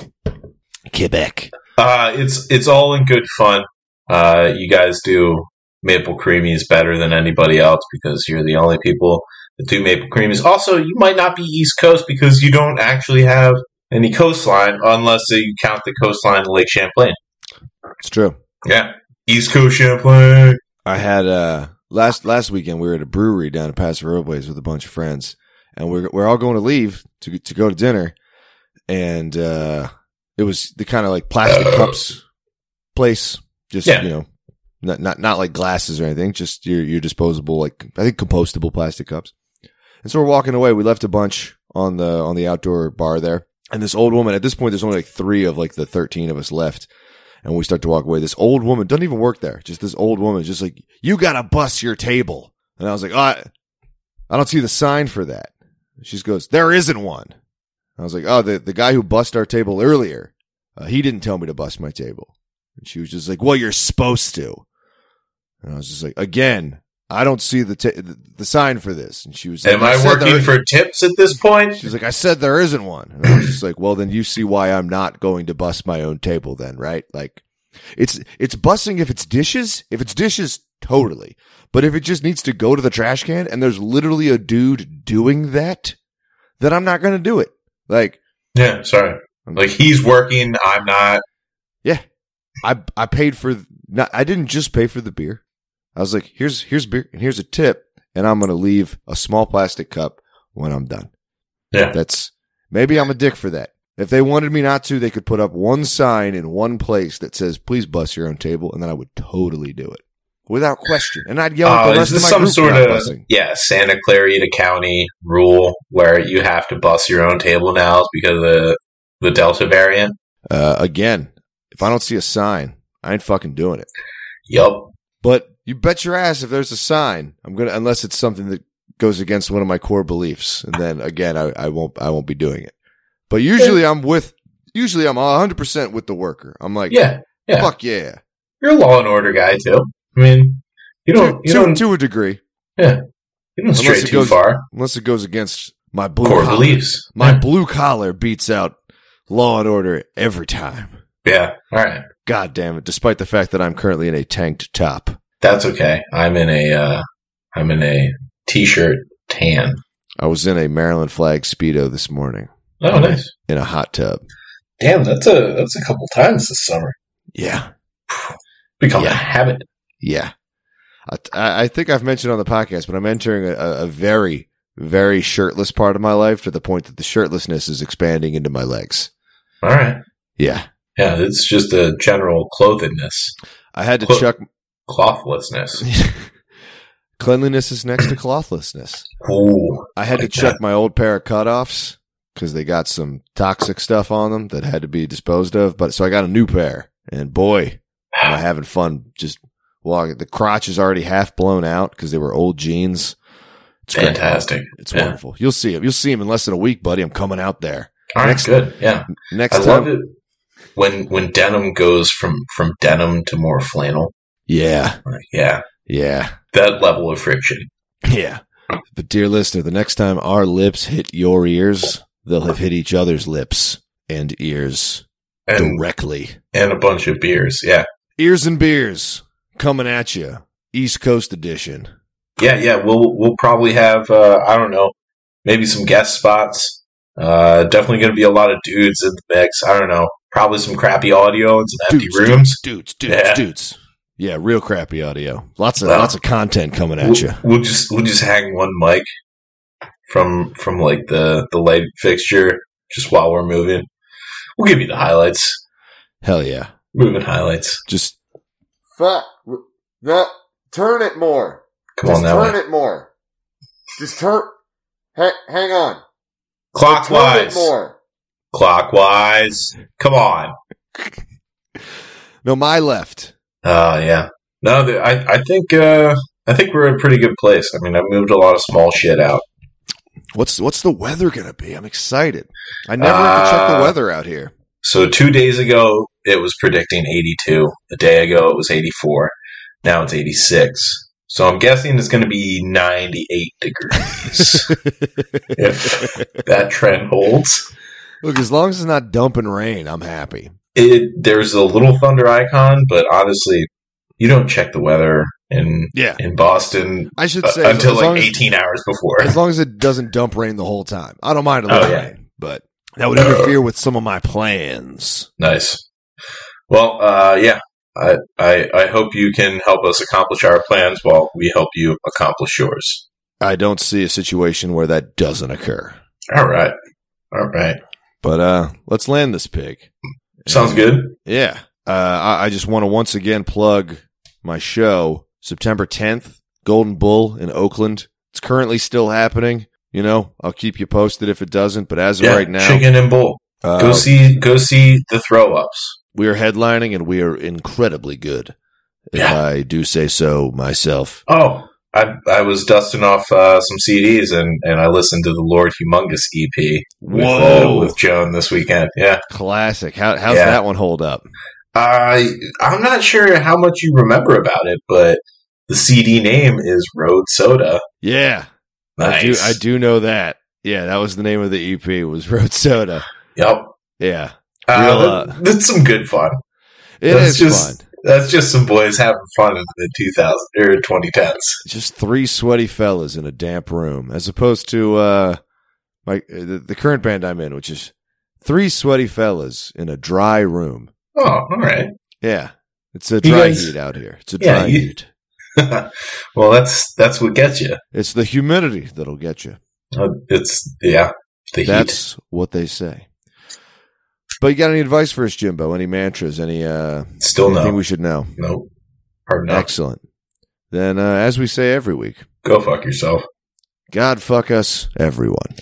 [SPEAKER 2] Quebec.
[SPEAKER 1] Uh, it's it's all in good fun. Uh, you guys do maple creamies better than anybody else because you're the only people that do maple creamies. Also, you might not be East Coast because you don't actually have any coastline unless you count the coastline to Lake Champlain.
[SPEAKER 2] It's true.
[SPEAKER 1] Yeah, East Coast Champlain.
[SPEAKER 2] I had uh last last weekend we were at a brewery down in Paso Robles with a bunch of friends, and we're we're all going to leave to to go to dinner, and uh it was the kind of like plastic cups place, just
[SPEAKER 1] Yeah.
[SPEAKER 2] you know, not not not like glasses or anything, just your your disposable like I think compostable plastic cups. And so we're walking away. We left a bunch on the on the outdoor bar there, and this old woman. At this point, there's only like three of like the thirteen of us left and we start to walk away. This old woman doesn't even work there. Just this old woman, just like you got to bus your table. And I was like, I, I don't see the sign for that. She just goes, there isn't one. I was like, oh, the the guy who bussed our table earlier, uh, he didn't tell me to bust my table. And she was just like, well, you're supposed to. And I was just like, again, I don't see the ta- the, the sign for this. And she was, like,
[SPEAKER 1] Am I
[SPEAKER 2] said
[SPEAKER 1] working
[SPEAKER 2] there-
[SPEAKER 1] for tips at this point?
[SPEAKER 2] She's like, I said there isn't one. And I was just like, well, then you see why I'm not going to bust my own table then, right? Like, it's, it's busting if it's dishes. If it's dishes, totally. But if it just needs to go to the trash can and there's literally a dude doing that, then I'm not going to do it. Like,
[SPEAKER 1] Yeah, sorry. Like he's working, I'm not.
[SPEAKER 2] I, I paid for, not, I didn't just pay for the beer. I was like, here's, here's beer and here's a tip. And I'm going to leave a small plastic cup when I'm done.
[SPEAKER 1] Yeah,
[SPEAKER 2] That's maybe I'm a dick for that. If they wanted me not to, they could put up one sign in one place that says "Please bus your own table," and then I would totally do it without question. And I'd yell at
[SPEAKER 1] Uh,
[SPEAKER 2] the
[SPEAKER 1] is
[SPEAKER 2] rest of
[SPEAKER 1] this
[SPEAKER 2] my
[SPEAKER 1] some
[SPEAKER 2] group for
[SPEAKER 1] sort
[SPEAKER 2] not
[SPEAKER 1] of
[SPEAKER 2] busing.
[SPEAKER 1] yeah Santa Clarita County rule where you have to bus your own table now because of the, the Delta variant?
[SPEAKER 2] Uh, again, if I don't see a sign, I ain't fucking doing it.
[SPEAKER 1] Yup.
[SPEAKER 2] But you bet your ass if there's a sign, I'm gonna unless it's something that goes against one of my core beliefs, and then again, I, I won't I won't be doing it. But usually, I'm with usually I'm 100 percent with the worker. I'm like,
[SPEAKER 1] Yeah, yeah.
[SPEAKER 2] fuck yeah,
[SPEAKER 1] you're a law and order guy too. I mean, you don't
[SPEAKER 2] to,
[SPEAKER 1] you
[SPEAKER 2] to-
[SPEAKER 1] don't
[SPEAKER 2] to a degree.
[SPEAKER 1] you don't
[SPEAKER 2] unless
[SPEAKER 1] stray
[SPEAKER 2] it
[SPEAKER 1] too
[SPEAKER 2] goes
[SPEAKER 1] far.
[SPEAKER 2] unless it goes against my blue
[SPEAKER 1] Core
[SPEAKER 2] collar.
[SPEAKER 1] beliefs.
[SPEAKER 2] My
[SPEAKER 1] Yeah.
[SPEAKER 2] blue collar beats out law and order every time.
[SPEAKER 1] yeah. All right.
[SPEAKER 2] God damn it! Despite the fact that I'm currently in a tanked top,
[SPEAKER 1] That's okay. I'm in a uh, I'm in a t-shirt tan.
[SPEAKER 2] I was in a Maryland flag speedo this morning
[SPEAKER 1] Oh, nice.
[SPEAKER 2] in a hot tub.
[SPEAKER 1] Damn, that's a that's a couple times this summer.
[SPEAKER 2] Yeah,
[SPEAKER 1] Become
[SPEAKER 2] Yeah.
[SPEAKER 1] a habit.
[SPEAKER 2] yeah. I, I I think I've mentioned on the podcast, but I'm entering a, a a very, very shirtless part of my life to the point that the shirtlessness is expanding into my legs.
[SPEAKER 1] All right.
[SPEAKER 2] Yeah,
[SPEAKER 1] Yeah, it's just a general clothedness,
[SPEAKER 2] I had to
[SPEAKER 1] Clo-
[SPEAKER 2] chuck.
[SPEAKER 1] clothlessness.
[SPEAKER 2] Cleanliness is next to clothlessness.
[SPEAKER 1] Ooh.
[SPEAKER 2] I had to
[SPEAKER 1] Like
[SPEAKER 2] check my old pair of cutoffs because they got some toxic stuff on them that had to be disposed of. But so I got a new pair, and boy, am I
[SPEAKER 1] Ah,
[SPEAKER 2] having fun just walking. The crotch is already half blown out because they were old jeans. It's great.
[SPEAKER 1] Fantastic.
[SPEAKER 2] It's
[SPEAKER 1] Yeah.
[SPEAKER 2] wonderful. You'll see him. You'll see him in less than a week, buddy. I'm coming out there
[SPEAKER 1] All right,
[SPEAKER 2] Next-
[SPEAKER 1] good. Yeah.
[SPEAKER 2] next
[SPEAKER 1] I
[SPEAKER 2] time.
[SPEAKER 1] love it when when denim goes from from denim to more flannel.
[SPEAKER 2] Yeah,
[SPEAKER 1] Like, yeah.
[SPEAKER 2] yeah.
[SPEAKER 1] That level of friction.
[SPEAKER 2] Yeah. But dear listener, the next time our lips hit your ears, they'll have hit each other's lips and ears
[SPEAKER 1] And
[SPEAKER 2] directly.
[SPEAKER 1] and a bunch of beers. Yeah.
[SPEAKER 2] Ears and beers coming at you. East Coast edition.
[SPEAKER 1] Yeah, yeah. We'll we'll probably have uh I don't know, maybe some guest spots. Uh, definitely going to be a lot of dudes in the mix. I don't know. Probably some crappy audio and some empty
[SPEAKER 2] dudes,
[SPEAKER 1] rooms.
[SPEAKER 2] dudes, dudes,
[SPEAKER 1] Yeah.
[SPEAKER 2] dudes. Yeah, real crappy audio. Lots of
[SPEAKER 1] Well.
[SPEAKER 2] lots of content coming at
[SPEAKER 1] We'll,
[SPEAKER 2] you.
[SPEAKER 1] we'll just we'll just hang one mic from from like the the light fixture just while we're moving. We'll give you the highlights.
[SPEAKER 2] Hell yeah!
[SPEAKER 1] Moving highlights.
[SPEAKER 2] Just
[SPEAKER 3] Fuck. That, turn it more.
[SPEAKER 1] Come
[SPEAKER 3] Just
[SPEAKER 1] on that
[SPEAKER 3] turn
[SPEAKER 1] way.
[SPEAKER 3] it more. Just turn. Ha- hang on. Turn it
[SPEAKER 1] Clockwise.
[SPEAKER 3] more.
[SPEAKER 1] Clockwise. Come on.
[SPEAKER 2] no, my left.
[SPEAKER 1] Oh yeah. No, th- I I think uh, I think we're in a pretty good place. I mean, I moved a lot of small shit out.
[SPEAKER 2] What's what's the weather gonna be? I'm excited. I never have to check
[SPEAKER 1] Uh,
[SPEAKER 2] the weather out here.
[SPEAKER 1] So two days ago, it was predicting 82. A day ago, it was 84. Now it's 86. So I'm guessing it's going to be 98 degrees if that trend holds.
[SPEAKER 2] Look, as long as it's not dumping rain, I'm happy.
[SPEAKER 1] It there's a little thunder icon, but honestly, you don't check the weather in
[SPEAKER 2] Yeah,
[SPEAKER 1] in Boston
[SPEAKER 2] I should
[SPEAKER 1] uh,
[SPEAKER 2] say as-
[SPEAKER 1] until
[SPEAKER 2] as long
[SPEAKER 1] like
[SPEAKER 2] as-
[SPEAKER 1] 18 hours before.
[SPEAKER 2] As long as it doesn't dump rain the whole time, I don't mind a
[SPEAKER 1] Oh,
[SPEAKER 2] little
[SPEAKER 1] yeah.
[SPEAKER 2] rain, but that would interfere with some of my plans.
[SPEAKER 1] Nice. Well, uh, yeah, I, I I hope you can help us accomplish our plans while we help you accomplish yours.
[SPEAKER 2] I don't see a situation where that doesn't occur.
[SPEAKER 1] All right, all right,
[SPEAKER 2] But uh, let's land this pig.
[SPEAKER 1] sounds good.
[SPEAKER 2] Yeah. Uh, I, I just want to once again plug my show September 10th, Golden Bull in Oakland. It's currently still happening. You know, I'll keep you posted if it doesn't. But as of
[SPEAKER 1] Yeah,
[SPEAKER 2] right now,
[SPEAKER 1] chicken and bull. Go
[SPEAKER 2] uh,
[SPEAKER 1] see go see the throw ups.
[SPEAKER 2] we are headlining and we are incredibly good. If
[SPEAKER 1] Yeah.
[SPEAKER 2] I do say so myself.
[SPEAKER 1] Oh, I I was dusting off uh, some CDs and and I listened to the Lord Humongous EP with, uh, with Joan this weekend. Yeah.
[SPEAKER 2] Classic. How, how's
[SPEAKER 1] Yeah.
[SPEAKER 2] that one hold up?
[SPEAKER 1] I I'm not sure how much you remember about it, but the CD name is Road Soda.
[SPEAKER 2] Yeah. I do,
[SPEAKER 1] Nice.
[SPEAKER 2] I do know that. Yeah, that was the name of the EP was Road Soda.
[SPEAKER 1] Yep.
[SPEAKER 2] Yeah.
[SPEAKER 1] Uh,
[SPEAKER 2] Real, uh,
[SPEAKER 1] that- that's some good fun.
[SPEAKER 2] it
[SPEAKER 1] That's
[SPEAKER 2] is
[SPEAKER 1] just-
[SPEAKER 2] fun.
[SPEAKER 1] That's just some boys having fun in the er, 2000 or 2010s.
[SPEAKER 2] just three sweaty fellas in a damp room, as opposed to uh, my the, the current band I'm in, which is three sweaty fellas in a dry room.
[SPEAKER 1] Oh, all right.
[SPEAKER 2] Yeah, it's a dry
[SPEAKER 1] guys-
[SPEAKER 2] heat out here. It's a
[SPEAKER 1] Yeah,
[SPEAKER 2] dry
[SPEAKER 1] you-
[SPEAKER 2] heat.
[SPEAKER 1] well, that's that's what gets you.
[SPEAKER 2] It's the humidity that'll get you.
[SPEAKER 1] Uh, It's yeah, the heat.
[SPEAKER 2] That's what they say. But you got any advice for us, Jimbo? Any mantras? Any uh,
[SPEAKER 1] Still
[SPEAKER 2] anything
[SPEAKER 1] no,
[SPEAKER 2] we should know?
[SPEAKER 1] no, hard no.
[SPEAKER 2] Excellent. Then, uh, as we say every week,
[SPEAKER 1] Go fuck yourself.
[SPEAKER 2] God fuck us, everyone.